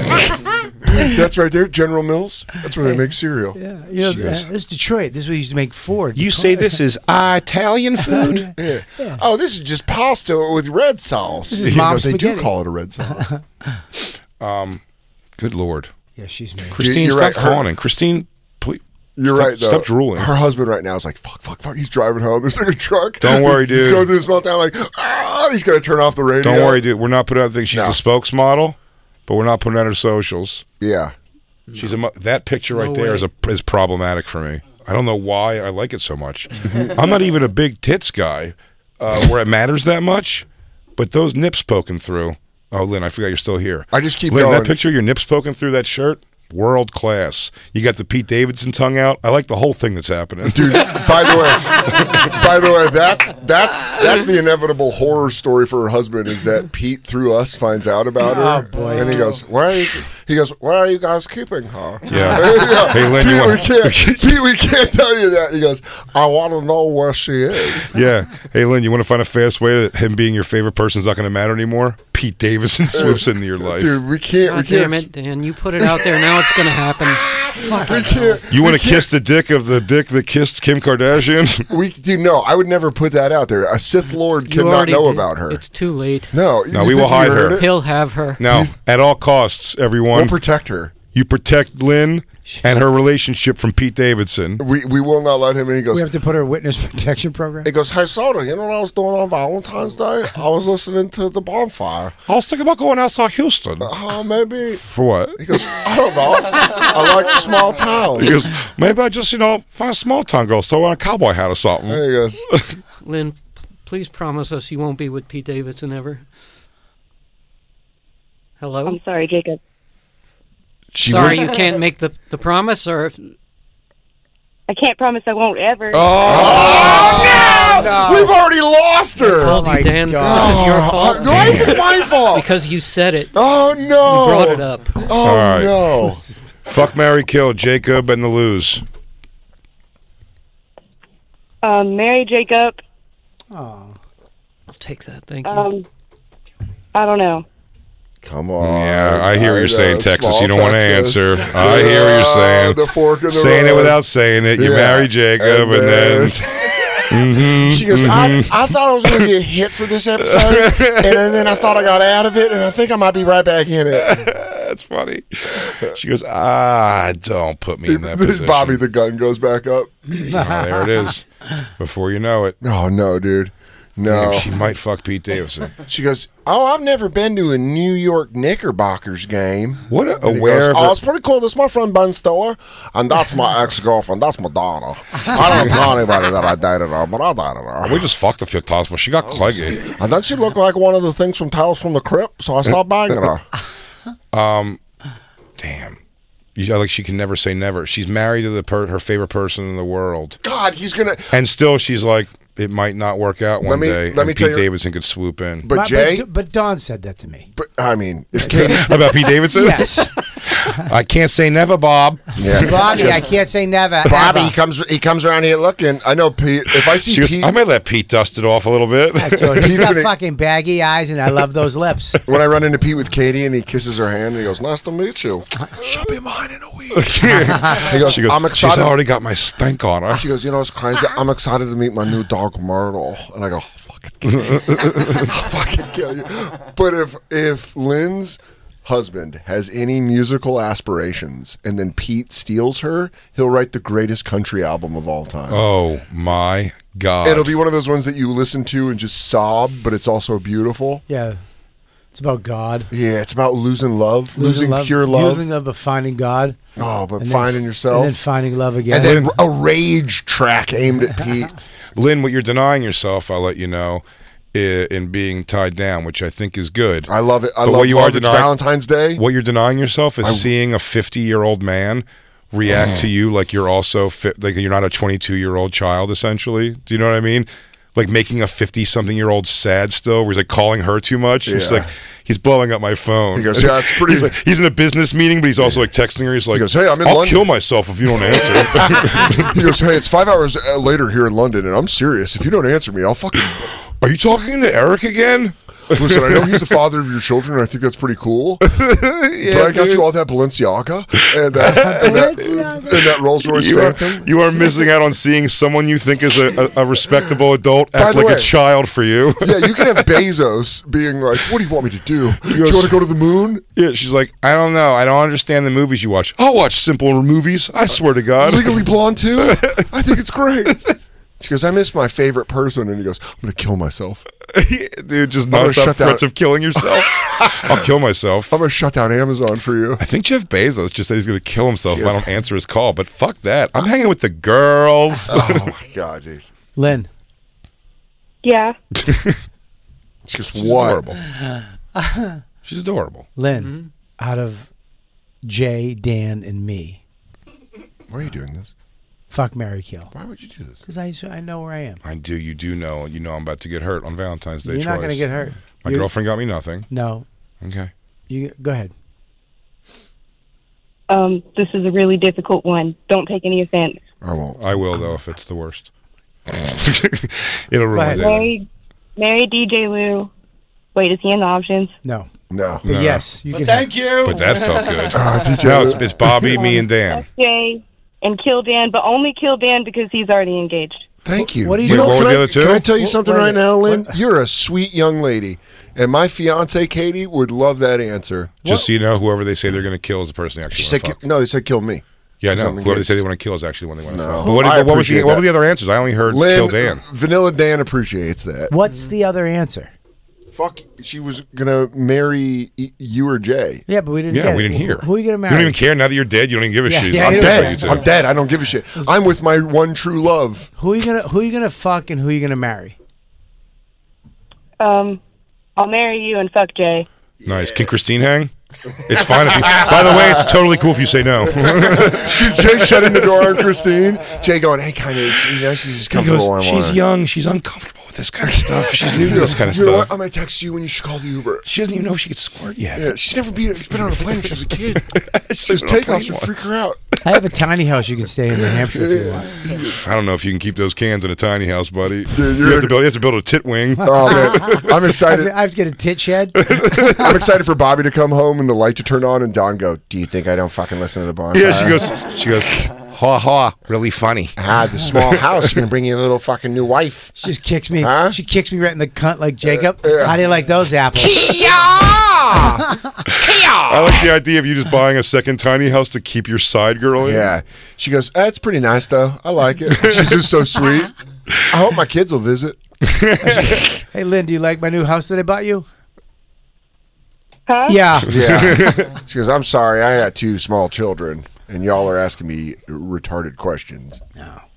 Speaker 2: That's right there, General Mills. That's where they make cereal.
Speaker 1: Yeah, you know,
Speaker 2: She
Speaker 1: uh,
Speaker 2: goes,
Speaker 1: this is Detroit. This is where you used to make Ford.
Speaker 3: is Italian food?
Speaker 2: yeah. Oh, this is just pasta with red sauce.
Speaker 1: This is
Speaker 2: She
Speaker 1: mom's
Speaker 2: goes, they do
Speaker 1: spaghetti."
Speaker 2: call it a red sauce.
Speaker 3: Um, good lord,
Speaker 1: Yeah, she's me.
Speaker 3: Christine,
Speaker 2: you're right,
Speaker 3: stop
Speaker 2: her-
Speaker 3: fawning. Christine, please.
Speaker 2: You're
Speaker 3: Stop-
Speaker 2: right, though.
Speaker 3: stop drooling.
Speaker 2: Her husband right now is like, fuck, fuck, fuck. He's driving home. There's like a truck.
Speaker 3: Don't worry,
Speaker 2: he's, He's
Speaker 3: dude.
Speaker 2: going through the small town like, ah, he's going to turn off the radio.
Speaker 3: Don't worry, dude. We're not putting out. the- She's
Speaker 2: No.
Speaker 3: a spokesmodel, but we're not putting out her socials.
Speaker 2: Yeah.
Speaker 3: She's a mo- that picture right
Speaker 6: No
Speaker 3: there is
Speaker 6: way.
Speaker 3: a is problematic for me. I don't know why I like it so much. I'm not even a big tits guy, uh, where it matters that much. But those nips poking through. Oh, Lynn, I forgot you're still here.
Speaker 2: I just keep
Speaker 3: Lynn,
Speaker 2: going.
Speaker 3: that picture, of your nips poking through that shirt, world class. You got the Pete Davidson tongue out. I like the whole thing that's happening.
Speaker 2: Dude, by the way, by the way, that's that's that's the inevitable horror story for her husband is that Pete through us finds out about
Speaker 6: Oh,
Speaker 2: her, and he goes, "Why?" Are you, he goes, "Why are you guys keeping her?"
Speaker 3: Yeah.
Speaker 2: Yeah.
Speaker 3: Hey, Lynn, you
Speaker 2: Pete, we can't,
Speaker 3: want-
Speaker 2: Pete, we can't tell you that. He goes, "I want to know where she is."
Speaker 3: Yeah. Hey, Lynn, you want to find a fast way to him being your favorite person's not going to matter anymore? Pete Davidson swoops into your life.
Speaker 2: Dude, we can't. we
Speaker 6: God
Speaker 2: can't.
Speaker 6: damn it, Dan! You put it out there. Now it's gonna happen.
Speaker 2: We
Speaker 6: Fucking
Speaker 2: can't.
Speaker 3: you want to kiss the dick of the dick that kissed Kim Kardashian?
Speaker 2: We do no. I would never put that out there. A Sith Lord
Speaker 6: You
Speaker 2: cannot
Speaker 6: already
Speaker 2: know
Speaker 6: did.
Speaker 2: about her.
Speaker 6: It's too late.
Speaker 2: No,
Speaker 3: No,
Speaker 2: you
Speaker 3: we
Speaker 2: think
Speaker 3: will
Speaker 2: you
Speaker 3: hide
Speaker 2: heard
Speaker 3: her.
Speaker 2: it?
Speaker 6: He'll have her.
Speaker 3: No, at all costs, everyone.
Speaker 2: We'll protect her.
Speaker 3: you protect Lynn and her relationship from Pete Davidson.
Speaker 2: We we will not let him. in. he goes.
Speaker 1: We have to put her in witness protection program.
Speaker 2: He goes, Hey, Soda, you know what I was doing on Valentine's Day? I was listening to The Bonfire.
Speaker 3: I was thinking about going outside Houston.
Speaker 2: Oh, maybe.
Speaker 3: Uh, For what?
Speaker 2: He goes, I don't know. I like small towns.
Speaker 3: He goes, maybe I just, you know, find a small town girl, throw on a cowboy hat or something.
Speaker 2: And he goes,
Speaker 6: Lynn, p- please promise us you won't be with Pete Davidson ever. Hello.
Speaker 8: I'm sorry, Jacob.
Speaker 3: She
Speaker 6: Sorry,
Speaker 3: would-
Speaker 6: you can't make the the promise, or if-
Speaker 8: I can't promise I won't ever.
Speaker 2: Oh We've already lost her.
Speaker 6: told you, Dan. This is your
Speaker 2: Oh,
Speaker 6: fault
Speaker 2: why is this my fault?
Speaker 6: because you said it.
Speaker 2: Oh, no.
Speaker 6: Brought it up.
Speaker 2: Oh,
Speaker 3: All right.
Speaker 2: no.
Speaker 3: Fuck, Mary, kill Jacob and the lose.
Speaker 8: Um, marry Jacob.
Speaker 6: Oh. I'll take that. Thank you.
Speaker 8: Um, I don't know.
Speaker 2: Come on.
Speaker 3: Yeah, I hear what you're saying,
Speaker 2: know,
Speaker 3: Texas.
Speaker 2: small
Speaker 3: You don't want to
Speaker 2: Texas.
Speaker 3: answer. I hear what
Speaker 2: Yeah,
Speaker 3: you're saying.
Speaker 2: The fork in the
Speaker 3: saying it
Speaker 2: road.
Speaker 3: without saying it. You
Speaker 2: Yeah.
Speaker 3: marry Jacob, and then Mm-hmm.
Speaker 2: She goes, I, I thought I was going to get hit for this episode, and then, then I thought I got out of it, and I think I might be right back in it.
Speaker 3: That's funny. She goes, ah, don't put me in that position.
Speaker 2: Bobby the gun goes back up.
Speaker 3: Oh, there it is. Before you know it.
Speaker 2: Oh no, dude. No.
Speaker 3: Damn, she might fuck Pete Davidson.
Speaker 2: She goes, "Oh, I've never been to a New York Knickerbockers game."
Speaker 3: What a
Speaker 2: And he
Speaker 3: aware
Speaker 2: goes,
Speaker 3: of
Speaker 2: Oh,
Speaker 3: her-
Speaker 2: it's pretty cool. This is my friend Ben Stiller, and that's my ex girlfriend. That's my daughter. I don't tell anybody that I dated her, but I dated her.
Speaker 3: We just fucked a few times, but she got cluggy.
Speaker 2: And then she looked like one of the things from Tales from the Crypt, so I stopped banging her.
Speaker 3: Um, damn. You, like she can never say never. She's married to the per- her favorite person in the world,
Speaker 2: God, he's gonna.
Speaker 3: and still she's like, it might not work out one
Speaker 2: Let me-
Speaker 3: day.
Speaker 2: let
Speaker 3: and
Speaker 2: me tell
Speaker 3: Pete
Speaker 2: you-
Speaker 3: Davidson could swoop in.
Speaker 2: But Jay,
Speaker 1: but, but Dawn said that to me.
Speaker 2: but I mean, if Katie,
Speaker 3: about Pete Davidson,
Speaker 1: Yes,
Speaker 3: I can't say never, Bob.
Speaker 2: yeah.
Speaker 1: Bobby, I can't say never.
Speaker 2: Bobby he
Speaker 1: ever.
Speaker 2: comes he comes around here looking. I know Pete. If I see
Speaker 3: She goes,
Speaker 2: Pete,
Speaker 3: I might let Pete dust it off a little bit.
Speaker 1: That's all. He's
Speaker 2: He's
Speaker 1: got
Speaker 2: gonna-
Speaker 1: fucking baggy eyes, and I love those lips.
Speaker 2: when I run into Pete with Katie and he kisses her hand and he goes, "Nice to meet you." She'll be mine in a week. he goes,
Speaker 3: she goes,
Speaker 2: "I'm
Speaker 3: She's
Speaker 2: excited."
Speaker 3: already got my stank on her.
Speaker 2: she goes, "You know, it's crazy. I'm excited to meet my new dog, Myrtle." And I go, "I'll "Fucking, kill you. I'll fucking kill you." But if if Lynn's husband has any musical aspirations and then Pete steals her, he'll write the greatest country album of all time.
Speaker 3: Oh my god!
Speaker 2: It'll be one of those ones that you listen to and just sob, but it's also beautiful.
Speaker 1: Yeah, it's about God,
Speaker 2: Yeah, it's about losing love, losing, pure love.
Speaker 1: losing love, but finding God,
Speaker 2: oh, but
Speaker 1: and then
Speaker 2: finding
Speaker 1: f-
Speaker 2: yourself.
Speaker 1: and then finding love again.
Speaker 2: and then a rage track aimed at Pete.
Speaker 3: Lynn, what you're denying yourself, I'll let you know, i- in being tied down, which I think is good.
Speaker 2: I love it. I
Speaker 3: But
Speaker 2: love love. It's Valentine's Day.
Speaker 3: What you're denying yourself is
Speaker 2: I- Mm.
Speaker 3: seeing a 50 year old man react to you like you're also fi- like you're not a 22 year old child. Essentially, do you know what I mean? Like making a 50 something year old sad still, where he's like calling her too much. And she's
Speaker 2: Yeah.
Speaker 3: like, he's blowing up my phone.
Speaker 2: He goes, "Yeah, it's pretty-
Speaker 3: he's, like, he's in a business meeting, but he's also like texting her. He's like,
Speaker 2: goes, "Hey, I'm in
Speaker 3: I'll
Speaker 2: London."
Speaker 3: kill myself if you don't answer.
Speaker 2: he goes, "Hey, it's five hours uh, later here in London, and I'm serious. If you don't answer me, I'll fucking
Speaker 3: Are you talking to Eric again?
Speaker 2: listen. I know he's the father of your children, and I think that's pretty cool.
Speaker 3: Yeah,
Speaker 2: but I got
Speaker 3: dude.
Speaker 2: you all that Balenciaga and that and that, and that Rolls Royce
Speaker 3: You are,
Speaker 2: Phantom.
Speaker 3: you are missing out on seeing someone you think is a, a, a respectable adult
Speaker 2: By
Speaker 3: act
Speaker 2: the
Speaker 3: like
Speaker 2: way-
Speaker 3: a child for you.
Speaker 2: yeah, you can have Bezos being like, "What do you want me to do? do
Speaker 3: goes-
Speaker 2: you want to go to the moon?"
Speaker 3: Yeah, she's like, I don't know. I don't understand the movies you watch. I'll watch simple movies. I swear to God.
Speaker 2: Legally Blonde too. I think it's great. She goes, I miss my favorite person, and he goes, I'm gonna kill myself.
Speaker 3: Dude, just
Speaker 2: gonna
Speaker 3: not
Speaker 2: shut
Speaker 3: that
Speaker 2: down-
Speaker 3: threats of killing yourself. I'll kill myself.
Speaker 2: I'm gonna shut down Amazon for you.
Speaker 3: I think Jeff Bezos just said he's going to kill himself if
Speaker 2: Yes.
Speaker 3: I don't answer his call, but fuck that. I'm hanging with the girls.
Speaker 2: Oh my god, dude.
Speaker 1: Lynn,
Speaker 8: Yeah.
Speaker 2: She goes,
Speaker 3: She's
Speaker 2: what?
Speaker 3: adorable. She's adorable.
Speaker 1: Lynn, out of Jay, Dan, and me,
Speaker 2: Why are you doing this?
Speaker 1: fuck Mary Kill,
Speaker 2: Why would you do this?
Speaker 1: because I I know where I am.
Speaker 3: I do. You do know. You know I'm about to get hurt on Valentine's Day.
Speaker 1: You're not
Speaker 3: Troyes.
Speaker 1: gonna get hurt.
Speaker 3: My
Speaker 1: You're-
Speaker 3: girlfriend got me nothing.
Speaker 1: No,
Speaker 3: Okay.
Speaker 1: you go ahead.
Speaker 8: Um, this is a really difficult one. Don't take any offense.
Speaker 2: I won't.
Speaker 3: I will though if it's the worst. It'll ruin my
Speaker 1: ahead.
Speaker 3: day.
Speaker 8: Marry, marry DJ Lou. Wait, is he in the options?
Speaker 1: No,
Speaker 2: No.
Speaker 1: but
Speaker 3: No.
Speaker 1: yes, you can.
Speaker 11: Thank you.
Speaker 3: But that felt good.
Speaker 2: DJ
Speaker 3: no, it's, it's Bobby, me, and Dan.
Speaker 8: Jay and kill Dan, but only kill Dan because he's already engaged.
Speaker 2: Thank you.
Speaker 1: What do you
Speaker 2: you
Speaker 1: do?
Speaker 2: know,
Speaker 3: Wait,
Speaker 2: can,
Speaker 3: what were the
Speaker 2: I,
Speaker 3: other two?
Speaker 2: can I tell you
Speaker 1: What-
Speaker 2: something
Speaker 1: what-
Speaker 2: right now, Lynn? You're a sweet young lady, and my fiance Katie would love that answer.
Speaker 3: Just so you know, whoever they say they're going to kill is the person they
Speaker 2: She
Speaker 3: actually
Speaker 2: said,
Speaker 3: want to fuck.
Speaker 2: "No, they said kill me."
Speaker 3: yeah, no.
Speaker 2: something
Speaker 3: Whoever they
Speaker 2: gets-
Speaker 3: say they want to kill is actually the one they want to
Speaker 2: No.
Speaker 3: fuck. But what,
Speaker 2: I
Speaker 3: but what was the,
Speaker 2: appreciate
Speaker 3: what were
Speaker 2: that.
Speaker 3: the other answers? I only heard kill
Speaker 2: Lynn, uh,
Speaker 3: Dan.
Speaker 2: Vanilla Dan appreciates that.
Speaker 1: What's the other answer?
Speaker 2: Fuck, she was gonna marry y- you or Jay.
Speaker 1: Yeah, but we didn't.
Speaker 3: Yeah,
Speaker 1: get
Speaker 3: we
Speaker 1: it.
Speaker 3: didn't hear.
Speaker 1: Who are you gonna marry?
Speaker 3: You don't even care now that you're dead. You don't even give a
Speaker 1: Yeah,
Speaker 3: shit.
Speaker 1: yeah,
Speaker 3: I'm
Speaker 1: you don't
Speaker 3: dead.
Speaker 1: care.
Speaker 3: you
Speaker 2: I'm
Speaker 3: two.
Speaker 2: dead. I don't give a shit. I'm with my one true love.
Speaker 1: Who are you gonna Who are you gonna fuck and who are you gonna marry?
Speaker 8: Um, I'll marry you and fuck Jay.
Speaker 3: Nice. Can Christine hang? It's fine if you. By the way, it's totally cool if you say no.
Speaker 2: Dude, Jay shutting the door on Christine. Jay going, hey, kind of, you know, she's just coming for one.
Speaker 3: young. She's uncomfortable with this kind of stuff. She's new
Speaker 2: you know what? I'm gonna text you when you should call the Uber.
Speaker 3: She doesn't even know if she could squirt yet.
Speaker 2: Yeah, she's never been, she's been on a plane since she was a kid. Those
Speaker 3: been on a plane
Speaker 2: takeoffs would freak her out.
Speaker 1: I have a tiny house you can stay in New Hampshire if you want.
Speaker 3: I don't know if you can keep those cans in a tiny house, buddy. you,
Speaker 2: you're-
Speaker 3: have to build, you have to build a tit wing.
Speaker 2: Oh man, I'm
Speaker 1: I have, to,
Speaker 2: excited.
Speaker 1: I have to get a tit shed.
Speaker 2: I'm excited for Bobby to come home and the light to turn on and Don go. Do you think I don't fucking listen to the bonfire?
Speaker 3: yeah, she goes. Uh, She goes. Ha ha! Really funny.
Speaker 2: Ah, the small house. You're gonna bring your little fucking new wife.
Speaker 1: She just kicks me.
Speaker 2: Huh?
Speaker 1: She kicks me right in the cunt like Jacob. How do you like those apples?
Speaker 11: Yeah!
Speaker 3: I like the idea of you just buying a second tiny house to keep your side girl in.
Speaker 2: Yeah. She goes, That's pretty nice, though. I like it. She's just so sweet. I hope my kids will visit.
Speaker 1: hey, Lynn, do you like my new house that I bought you?
Speaker 8: Huh?
Speaker 1: Yeah.
Speaker 2: Yeah. she goes, I'm sorry. I got two small children, and y'all are asking me retarded questions.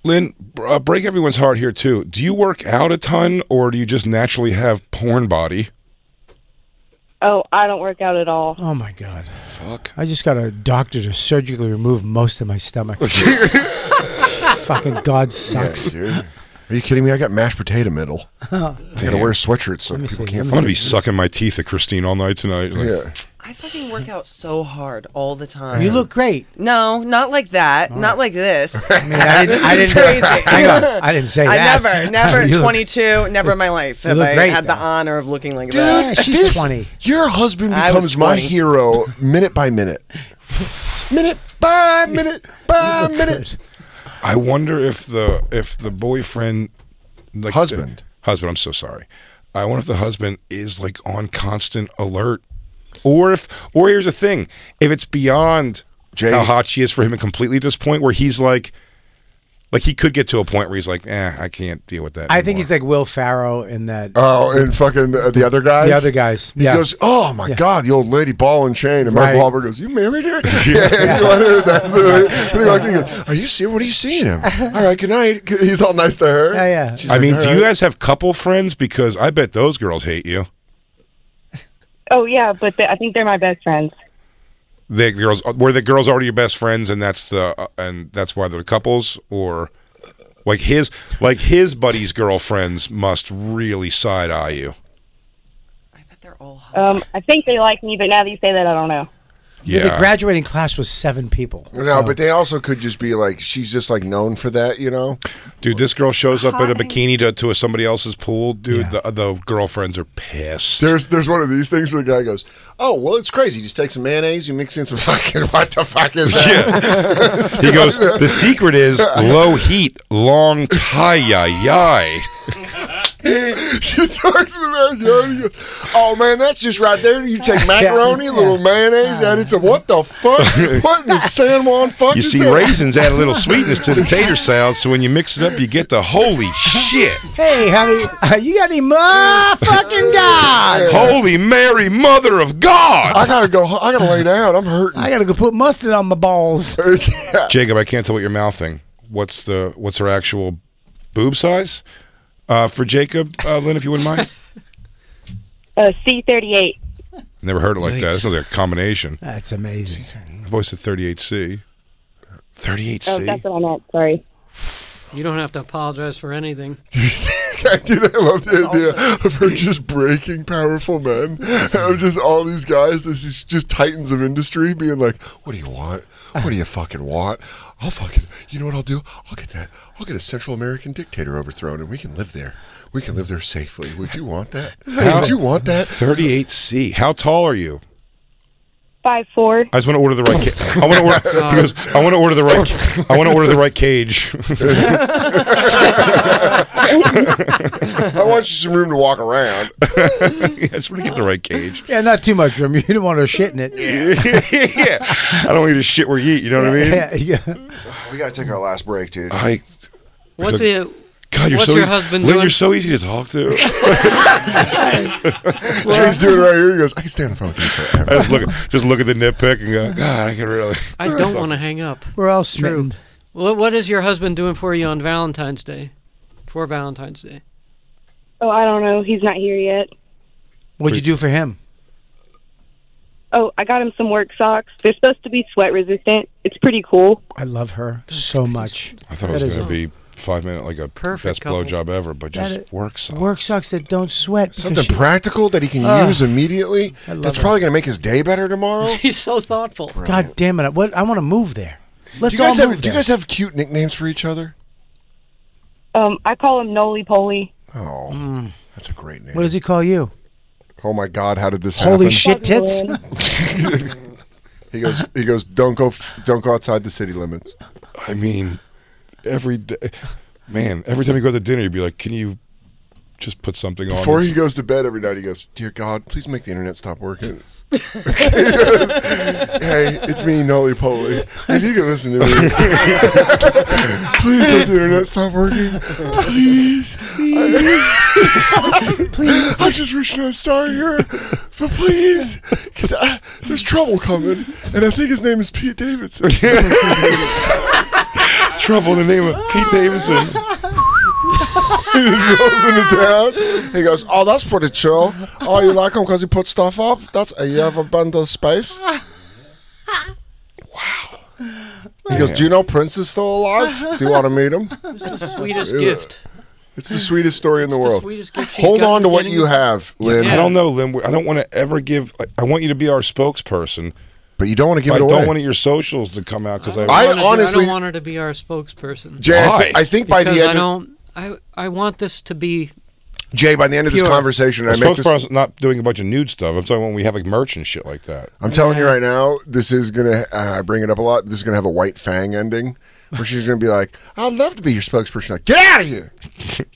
Speaker 3: Lynn, br- uh, break everyone's heart here too. Do you work out a ton, or do you just naturally have porn body?
Speaker 8: Oh, I don't work out at all.
Speaker 1: Oh my god. Fuck. I just got a doctor to surgically remove most of my stomach. fucking God sucks.
Speaker 2: Yeah, dude. Are you kidding me? I got mashed potato middle. I gotta wear a sweatshirt so people
Speaker 1: see.
Speaker 2: can't
Speaker 3: I'm
Speaker 2: find
Speaker 3: gonna be
Speaker 2: me.
Speaker 3: sucking my teeth at Christine all night tonight. Like,
Speaker 2: Yeah.
Speaker 5: I fucking work out so hard all the time.
Speaker 1: You look great.
Speaker 5: No, not like that. Not like this. I
Speaker 1: mean, I didn't- I didn't-
Speaker 5: crazy.
Speaker 1: hang on, I didn't say
Speaker 5: I
Speaker 1: that.
Speaker 5: never, never.
Speaker 1: You look-
Speaker 5: 22, never in my life
Speaker 1: you
Speaker 5: have
Speaker 1: look
Speaker 5: I
Speaker 1: great,
Speaker 5: had
Speaker 1: though.
Speaker 5: the honor of looking like
Speaker 2: Dude,
Speaker 5: that.
Speaker 1: she's
Speaker 2: this-
Speaker 1: 20.
Speaker 2: Your husband
Speaker 5: I was
Speaker 2: becomes my
Speaker 5: 20.
Speaker 2: hero minute by minute. minute by minute by minute.
Speaker 3: I wonder if the if the boyfriend, like
Speaker 2: Husband.
Speaker 3: the- husband. I'm so sorry. I wonder if the husband is like on constant alert, or if or here's the thing: if it's beyond
Speaker 2: Jay-
Speaker 3: how hot she is for him, and completely at this point where he's like, like he could get to a point where he's like, eh, I can't deal with that.
Speaker 1: I think he's like Will Farrow in that.
Speaker 2: Oh, and fucking the, the other guys.
Speaker 1: The other guys,
Speaker 2: He
Speaker 1: yeah.
Speaker 2: goes, "Oh my god, the old lady ball and chain." And Mark
Speaker 1: Right.
Speaker 2: Wahlberg goes, "You married her?" yeah, you wonder if that's the. And he walks in, he goes, Are you serious? What are you seeing him? All right, good night. He's all nice to her.
Speaker 1: Yeah, yeah.
Speaker 2: She's
Speaker 3: I
Speaker 2: like,
Speaker 3: mean,
Speaker 2: "All
Speaker 3: do you
Speaker 2: right."
Speaker 3: guys have couple friends? Because I bet those girls hate you.
Speaker 8: Oh yeah, but they, I think they're my best friends.
Speaker 3: The girls were the girls already your best friends, and that's the uh, and that's why they're couples, or like his like his buddy's girlfriends must really side eye you.
Speaker 8: Um, I think they like me, but now that you say that, I don't know.
Speaker 1: Yeah,
Speaker 3: Yeah,
Speaker 1: The graduating class was seven people.
Speaker 2: No, but they also could just be like, she's just like known for that, you know?
Speaker 3: dude, this girl shows up in a bikini to, to somebody else's pool, dude. The the girlfriends are pissed.
Speaker 2: There's there's one of these things where the guy goes, "Oh well, it's crazy. You just take some mayonnaise, you mix in some fucking what the fuck is that?"
Speaker 3: he goes. The secret is low heat, long tie yi yi.
Speaker 2: she talks about goes, Oh man, that's just right there. You take macaroni, a little mayonnaise, add it to what the fuck? What in the San Juan fuck?
Speaker 3: You
Speaker 2: is
Speaker 3: see,
Speaker 2: that?"
Speaker 3: raisins add a little sweetness to the tater salad, so when you mix it up, you get the holy shit.
Speaker 1: Hey, honey, uh, you got any motherfucking god?
Speaker 3: Holy Mary, Mother of God!
Speaker 2: I gotta go. I gotta lay down. I'm hurting.
Speaker 1: I gotta go put mustard on my balls.
Speaker 3: Jacob, I can't tell what you're mouthing. What's the what's her actual boob size? Uh, for Jacob, uh, Lynn, if you wouldn't mind.
Speaker 8: Uh, C thirty eight.
Speaker 3: Never heard it like that. That sounds like a combination.
Speaker 1: That's amazing.
Speaker 3: I voice of 38C.
Speaker 8: Oh,
Speaker 3: 38C.
Speaker 8: that's what I meant. Sorry.
Speaker 6: You don't have to apologize for anything.
Speaker 2: Dude, I love the idea of her just breaking powerful men. Of just all these guys, this is just titans of industry, being like, "What do you want? What do you fucking want? I'll fucking. You know what I'll do? I'll get that. I'll get a Central American dictator overthrown, and we can live there. We can live there safely. Would you want that? Would you want that?
Speaker 3: 38C. How tall are you?
Speaker 8: Five four.
Speaker 3: I just want to order the right. Ca- I want to order because I want to order the right. ca- I want to order the right cage.
Speaker 2: I want you some room to walk around.
Speaker 3: I just want to get the right cage.
Speaker 1: Yeah, not too much room. You didn't want her shit in it.
Speaker 3: yeah, I don't want you to shit where you eat. You know what I mean?
Speaker 1: Yeah, yeah.
Speaker 2: We gotta take our last break, dude.
Speaker 3: I.
Speaker 6: What's it?
Speaker 3: God, you're
Speaker 6: What's
Speaker 3: so
Speaker 6: your
Speaker 3: easy-
Speaker 6: husband
Speaker 3: Lynn,
Speaker 6: doing?
Speaker 3: you're so easy to talk to.
Speaker 2: Jay's doing it right here. He goes, I can stay on the phone with you forever.
Speaker 3: I just look, just look at the nitpick and go, God, I can really.
Speaker 6: I don't want to hang up.
Speaker 1: We're all
Speaker 6: True.
Speaker 1: smitten.
Speaker 6: What, what is your husband doing for you on Valentine's Day? For Valentine's Day.
Speaker 8: Oh, I don't know. He's not here yet.
Speaker 1: What'd you do for him?
Speaker 8: Oh, I got him some work socks. They're supposed to be sweat resistant. It's pretty cool.
Speaker 1: I love her so much.
Speaker 3: I thought
Speaker 1: That
Speaker 3: it
Speaker 1: is
Speaker 3: was going to be five minute, like a
Speaker 6: Perfect
Speaker 3: best
Speaker 6: couple.
Speaker 3: blowjob ever, but
Speaker 1: That
Speaker 3: just
Speaker 1: is-
Speaker 3: work some.
Speaker 1: Work socks that don't sweat. because
Speaker 2: Something
Speaker 1: she-
Speaker 2: practical that he can
Speaker 1: Ah,
Speaker 2: use immediately.
Speaker 1: I love
Speaker 2: That's
Speaker 1: it.
Speaker 2: probably gonna make his day better tomorrow.
Speaker 6: He's so thoughtful.
Speaker 1: God damn it! I- What I want to move there. Let's
Speaker 2: do you guys
Speaker 1: all
Speaker 2: have
Speaker 1: move
Speaker 2: Do you
Speaker 1: there.
Speaker 2: guys have cute nicknames for each other?
Speaker 8: Um, I call him Noli Poly.
Speaker 2: Oh, that's a great name.
Speaker 1: Mm. What does he call you?
Speaker 2: oh my God, how did this happen?
Speaker 1: Holy shit tits!
Speaker 8: Lynn.
Speaker 2: He goes. He goes. Don't go. f- Don't go outside the city limits.
Speaker 3: I mean, every day, man, every time you go to dinner, you'd be like, can you just put something on?
Speaker 2: Before
Speaker 3: that's-
Speaker 2: he goes to bed every night, he goes, "Dear God, please make the internet stop working." hey, it's me, Nolly Polly, and you can listen to me. Please don't the internet stop working. Please. I, please. I just wish I was sorry here, but please, because there's trouble coming, and I think his name is Pete Davidson. trouble in the name of Pete Davidson. he just goes into town. He goes, "Oh, that's pretty chill. Oh, you like him because he puts stuff up. That's uh, you ever been to space? Wow." He goes, "Do you know Prince is still alive? Do you want to meet him?"
Speaker 6: It's the sweetest
Speaker 2: Yeah.
Speaker 6: gift.
Speaker 2: It's the sweetest story in the world.
Speaker 6: sweetest gift she's
Speaker 2: Hold
Speaker 6: got
Speaker 2: on to
Speaker 6: from
Speaker 2: what
Speaker 6: getting-
Speaker 2: you have, Lynn.
Speaker 3: I don't know, Lynn. We- I don't want to ever give. like, I want you to be our spokesperson,
Speaker 2: but you don't want to give
Speaker 3: I
Speaker 2: it
Speaker 3: don't
Speaker 2: away.
Speaker 3: want your socials to come out because
Speaker 2: I
Speaker 3: I.
Speaker 6: I don't wanna do- I
Speaker 2: honestly-
Speaker 6: don't want her to be our spokesperson.
Speaker 2: Jay, I, thi-
Speaker 3: Why?
Speaker 2: I think by the
Speaker 6: Because
Speaker 2: end,
Speaker 6: I
Speaker 2: of,
Speaker 6: don't. I I want this to be.
Speaker 2: Jay, by the end of this
Speaker 6: Pure.
Speaker 2: conversation,
Speaker 3: A
Speaker 2: I make this.
Speaker 3: spokesperson's not doing a bunch of nude stuff. I'm talking when we have like merch and shit like that.
Speaker 2: I'm telling you right now, this is gonna. Uh, I bring it up a lot. This is gonna have a white fang ending, where she's gonna be like, "I'd love to be your spokesperson." Like, get out of here!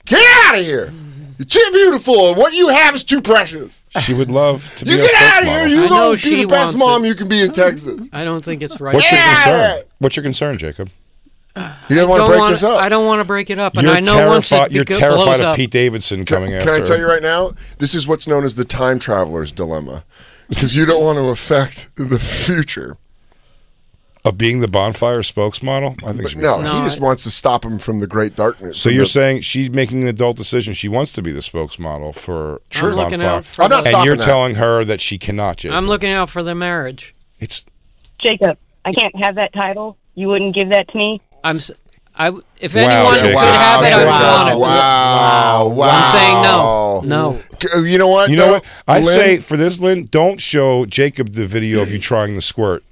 Speaker 2: Get out of here! You're too beautiful, and what you have is too precious.
Speaker 3: She would love to be
Speaker 2: You
Speaker 3: our
Speaker 2: get out of here!
Speaker 3: spokesmodel.
Speaker 2: You
Speaker 6: I know
Speaker 2: gonna be
Speaker 6: she
Speaker 2: the best
Speaker 6: wants
Speaker 2: mom you can be in Texas.
Speaker 6: I don't think it's right.
Speaker 3: What's your
Speaker 6: Yeah.
Speaker 3: concern? What's your concern, Jacob?
Speaker 2: You don't want to
Speaker 6: Don't
Speaker 2: break
Speaker 6: wanna-
Speaker 2: this up.
Speaker 6: I don't want to break it up, and
Speaker 3: you're
Speaker 6: I know once
Speaker 3: terrified.
Speaker 6: it
Speaker 3: you're
Speaker 6: go-
Speaker 3: terrified
Speaker 6: blows
Speaker 3: of
Speaker 6: up,
Speaker 3: Pete Davidson coming
Speaker 2: Can
Speaker 3: after.
Speaker 2: I tell you right now? This is what's known as the time traveler's dilemma, because you don't want to affect the future.
Speaker 3: of being the bonfire spokesmodel? I think
Speaker 2: But
Speaker 3: she-
Speaker 2: no,
Speaker 6: No,
Speaker 2: he just
Speaker 6: I-
Speaker 2: wants to stop him from the great darkness.
Speaker 3: So
Speaker 2: from
Speaker 3: you're
Speaker 2: the-
Speaker 3: saying she's making an adult decision. She wants to be the spokesmodel for
Speaker 6: Sure. I'm looking
Speaker 3: Bonfire,
Speaker 6: out for I'm not that.
Speaker 3: and
Speaker 2: stopping
Speaker 3: you're
Speaker 2: that.
Speaker 3: telling her that she cannot. Jacob.
Speaker 6: I'm looking out for the marriage.
Speaker 3: It's
Speaker 8: Jacob, I can't have that title. You wouldn't give that to me.
Speaker 6: I'm. s- I w- if
Speaker 3: Wow,
Speaker 6: anyone
Speaker 3: Jacob.
Speaker 6: could have it, I would
Speaker 3: Wow,
Speaker 6: want it.
Speaker 2: Wow, wow.
Speaker 6: I'm saying no, no.
Speaker 2: K- uh, You know what?
Speaker 3: you know
Speaker 2: though?
Speaker 3: what I
Speaker 2: Lynn,
Speaker 3: say for this, Lynn. Don't show Jacob the video of you trying the squirt.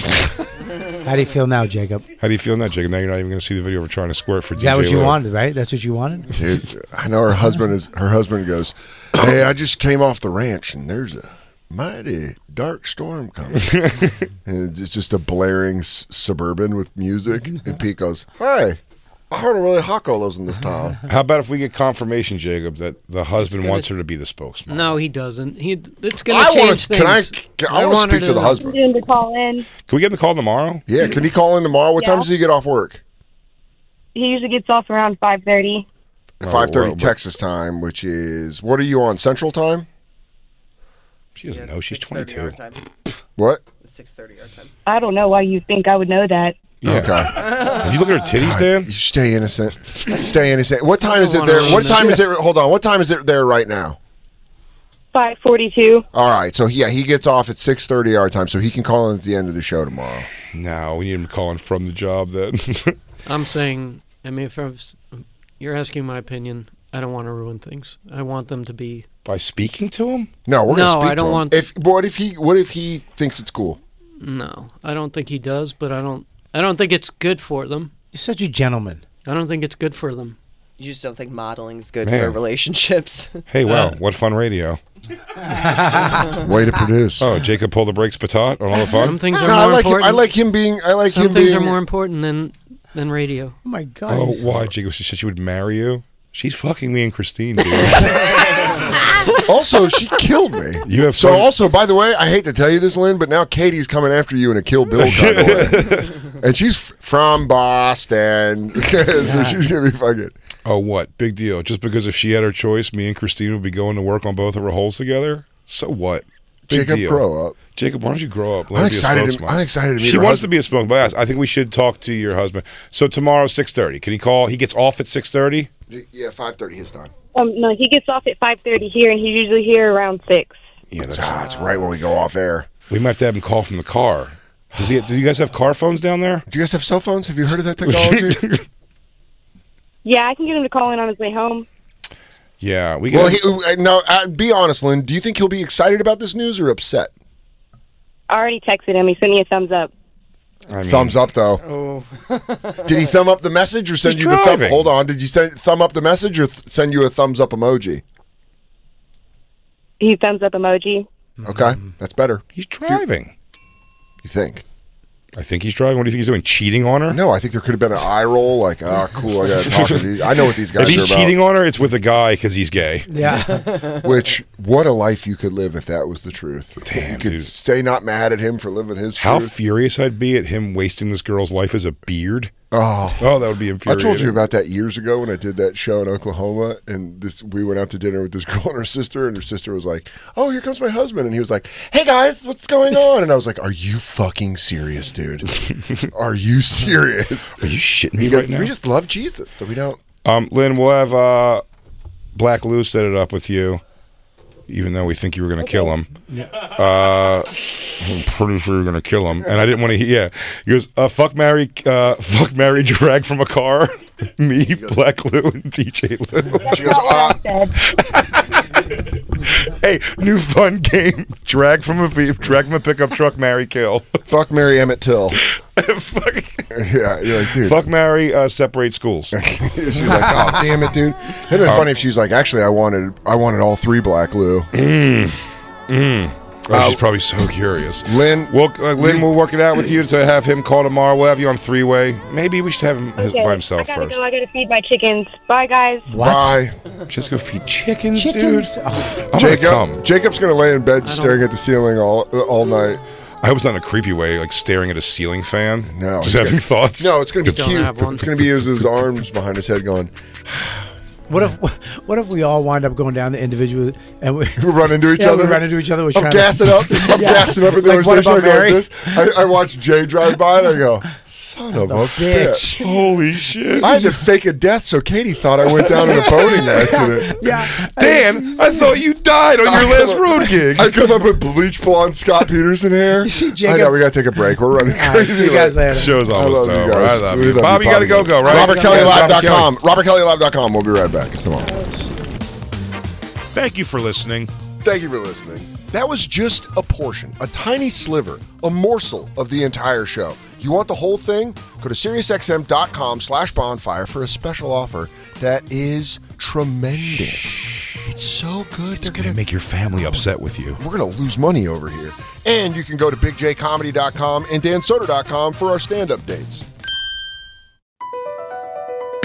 Speaker 1: How do you feel now, Jacob?
Speaker 3: How do you feel now, Jacob? Now you're not even going to see the video of her trying to squirt for
Speaker 1: Is
Speaker 3: DJ.
Speaker 1: that what you
Speaker 3: Lou.
Speaker 1: wanted, right? That's what you wanted?
Speaker 2: Dude, I know her husband is. Her husband goes, "Hey, I just came off the ranch, and there's a mighty dark storm coming." and it's just a blaring s- suburban with music, and Pete goes, "Hey, I heard a really hot lives in this town."
Speaker 3: How about if we get confirmation, Jacob, that the husband wants her to be the spokesman?
Speaker 6: No, he doesn't. He. It's going
Speaker 2: I
Speaker 6: to
Speaker 2: want
Speaker 6: change
Speaker 2: to. Can I?
Speaker 6: things.
Speaker 2: Can, I want
Speaker 6: her
Speaker 2: to speak to the husband.
Speaker 8: Soon to call in.
Speaker 3: Can we get him to call tomorrow?
Speaker 2: Yeah, can he call in tomorrow? What time
Speaker 8: Yeah.
Speaker 2: does he get off work?
Speaker 8: He usually gets off around five thirty.
Speaker 2: Five thirty
Speaker 3: Oh, well, but-
Speaker 2: Texas time, which is what are you on Central time?
Speaker 3: She doesn't know. She's
Speaker 5: 6:30
Speaker 3: 22.
Speaker 5: our time.
Speaker 2: What?
Speaker 5: It's six thirty our time.
Speaker 8: I don't know why you think I would know that.
Speaker 3: Yeah. If you look at her titties, Dan,
Speaker 2: You stay innocent. Stay innocent. What time is it
Speaker 6: wanna
Speaker 2: there?
Speaker 6: ruin
Speaker 2: What
Speaker 6: this.
Speaker 2: time is it? Hold on. What time is it there right now?
Speaker 8: Five forty-two.
Speaker 2: All right. So yeah, he gets off at six thirty our time, so he can call in at the end of the show tomorrow.
Speaker 3: no, we need him calling from the job. Then
Speaker 6: I'm saying. I mean, if I was, you're asking my opinion, I don't want to ruin things. I want them to be.
Speaker 3: by speaking to him.
Speaker 2: No, we're
Speaker 6: No,
Speaker 2: gonna speak
Speaker 6: I don't
Speaker 2: to him.
Speaker 6: want-
Speaker 2: If what if he what if he thinks it's cool?
Speaker 6: No, I don't think he does. But I don't. I don't think it's good for them.
Speaker 1: You're such a gentleman.
Speaker 6: I don't think it's good for them.
Speaker 5: You just don't think modeling's good for
Speaker 3: Man.
Speaker 5: relationships.
Speaker 3: Hey, wow, what fun radio!
Speaker 2: Way to produce.
Speaker 3: Oh, Jacob pulled the brakes, patat on all the
Speaker 6: Some
Speaker 3: fun.
Speaker 6: things are
Speaker 2: no,
Speaker 6: more
Speaker 2: I like him,
Speaker 6: important.
Speaker 2: I like him being I like
Speaker 6: Some
Speaker 2: him
Speaker 6: things
Speaker 2: being
Speaker 6: are more important than than radio.
Speaker 1: Oh, my God.
Speaker 3: Oh,
Speaker 1: he's-
Speaker 3: why, Jacob? She said she would marry you. She's fucking me and Christine, dude.
Speaker 2: also she killed me.
Speaker 3: You have
Speaker 2: so
Speaker 3: fun-
Speaker 2: also by the way, I hate to tell you this, Lynn, but now Katie's coming after you in a Kill Bill kind of way, and she's f- from Boston, so she's gonna be fucking.
Speaker 3: oh, what? Big deal. Just because if she had her choice, me and Christine would be going to work on both of her holes together. So what? Big
Speaker 2: Jacob,
Speaker 3: deal.
Speaker 2: grow up.
Speaker 3: Jacob, why don't you grow up? Let
Speaker 2: I'm
Speaker 3: her be a
Speaker 2: excited to-
Speaker 3: spokesmodel.
Speaker 2: I'm excited to meet
Speaker 3: She
Speaker 2: her
Speaker 3: wants
Speaker 2: husband.
Speaker 3: to be a spokesman. but I think we should talk to your husband. So tomorrow, six thirty. Can he call? He gets off at six thirty.
Speaker 2: Yeah, five thirty his time.
Speaker 8: Um, no, he gets off at five thirty here, and he's usually here around six.
Speaker 3: Yeah, that's.
Speaker 2: Ah, it's right when we go off air.
Speaker 3: We might have to have him call from the car. Does he? Do you guys have car phones down there?
Speaker 2: Do you guys have cell phones? Have you heard of that technology?
Speaker 8: Yeah, I can get him to call in on his way home.
Speaker 3: Yeah, we.
Speaker 2: well,
Speaker 3: got-
Speaker 2: he, uh, now uh, be honest, Lynn. Do you think he'll be excited about this news or upset?
Speaker 8: I already texted him. He sent me a thumbs up.
Speaker 3: I mean-
Speaker 2: Thumbs up, though. Did he thumb up the message or send
Speaker 3: He's
Speaker 2: you the thumb?
Speaker 3: driving.
Speaker 2: Hold on. Did you send thumb up the message or th- send you a thumbs up emoji?
Speaker 8: He
Speaker 2: Mm-hmm.
Speaker 8: thumbs up emoji.
Speaker 2: Okay, that's better.
Speaker 3: He's driving.
Speaker 2: You think?
Speaker 3: I think he's driving. What do you think he's doing? Cheating on her?
Speaker 2: No, I think there could have been an eye roll. Like, ah, cool. I got to talk to these. I know what these guys
Speaker 3: If
Speaker 2: are
Speaker 3: he's
Speaker 2: about.
Speaker 3: cheating on her, it's with a guy because he's gay.
Speaker 2: Yeah. Which, what a life you could live if that was the truth. you could stay not mad at him for living his
Speaker 3: How
Speaker 2: truth.
Speaker 3: furious I'd be at him wasting this girl's life as a beard.
Speaker 2: Oh,
Speaker 3: oh, that would be
Speaker 2: I
Speaker 3: infuriating.
Speaker 2: told you about that years ago when I did that show in Oklahoma, and this we went out to dinner with this girl and her sister, and her sister was like, "Oh, here comes my husband," and he was like, "Hey guys, what's going on?" And I was like, "Are you fucking serious, dude? Are you serious?
Speaker 3: Are you shitting
Speaker 2: He
Speaker 3: me
Speaker 2: goes,
Speaker 3: right now?
Speaker 2: We just love Jesus, so we don't."
Speaker 3: Um, Lynn, we'll have uh, Black Lou set it up with you, even though we think you were going to kill him.
Speaker 2: Yeah.
Speaker 3: Uh, I'm pretty sure you're going to kill him, and I didn't want to. Yeah, he goes, uh, "Fuck Mary, uh, fuck Mary, drag from a car." me, Black Lou, and DJ Lou.
Speaker 2: She goes,
Speaker 6: Uh,
Speaker 2: "Ah."
Speaker 3: hey, new fun game: drag from a ve- drag from a pickup truck, Mary kill.
Speaker 2: Fuck Mary Emmett Till. yeah, you're like, dude.
Speaker 3: Fuck Mary, uh, separate schools.
Speaker 2: She's like, "Oh, damn it, dude!" It'd have been
Speaker 3: Oh.
Speaker 2: funny if she's like, "Actually, I wanted, I wanted all three Black Lou."
Speaker 3: Mm. Mm. Oh,
Speaker 2: Uh,
Speaker 3: she's probably so curious.
Speaker 2: Lynn,
Speaker 3: we'll, uh, Lynn, we'll work it out with you to have him call tomorrow. We'll have you on three way. Maybe we should have him his,
Speaker 8: Okay,
Speaker 3: by himself
Speaker 8: I gotta
Speaker 3: first.
Speaker 8: go. I gotta feed my chickens. Bye, guys.
Speaker 3: Bye. Just go feed chickens,
Speaker 8: Chickens.
Speaker 3: dude. Oh,
Speaker 2: I'm Jacob, Jacob's gonna lay in bed staring at the ceiling all uh, all night.
Speaker 3: I hope it's not in a creepy way, like staring at a ceiling fan.
Speaker 2: No, he's
Speaker 3: just having
Speaker 2: gonna-
Speaker 3: thoughts.
Speaker 2: No, it's gonna be
Speaker 3: Don't
Speaker 2: cute.
Speaker 3: have one.
Speaker 2: It's gonna be his, his arms behind his head going.
Speaker 1: What if what if we all wind up going down the individual and we
Speaker 2: We run into each
Speaker 1: Yeah,
Speaker 2: other.
Speaker 1: We run into each other. We're
Speaker 2: I'm
Speaker 1: trying to-
Speaker 2: gassing up. I'm
Speaker 1: Yeah.
Speaker 2: gassing up at the
Speaker 1: Like, what
Speaker 2: intersection.
Speaker 1: about
Speaker 2: I'm going
Speaker 1: Mary?
Speaker 2: this. I, I watch Jay drive by and I go, son of a bitch.
Speaker 3: Holy shit!
Speaker 2: I had to fake a death so Katie thought I went down in a boating accident.
Speaker 1: Yeah,
Speaker 3: Dan, I thought you died on your
Speaker 2: I
Speaker 3: last
Speaker 2: come up-
Speaker 3: road gig.
Speaker 2: I come up with bleach blonde Scott Peterson hair. You see, I know
Speaker 1: Jacob-
Speaker 2: we gotta take a break. We're running
Speaker 1: right,
Speaker 2: crazy.
Speaker 1: see you guys later.
Speaker 3: Show's
Speaker 2: I love
Speaker 3: almost
Speaker 2: you
Speaker 3: over.
Speaker 2: guys.
Speaker 3: I love
Speaker 2: We
Speaker 3: you. Bob, you
Speaker 2: Bobby.
Speaker 3: gotta go, go, right?
Speaker 2: RobertKellyLive.com. RobertKellyLive.com. We'll be right back. It's tomorrow.
Speaker 3: Thank you for listening.
Speaker 2: Thank you for listening. That was just a portion, a tiny sliver, a morsel of the entire show. You want the whole thing? Go to SiriusXM.com slash bonfire for a special offer that is tremendous. It's so good. It's
Speaker 3: gonna make your family upset with you.
Speaker 2: We're going to lose money over here. And you can go to BigJComedy.com and DanSoder.com for our stand-up dates.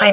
Speaker 12: Hi,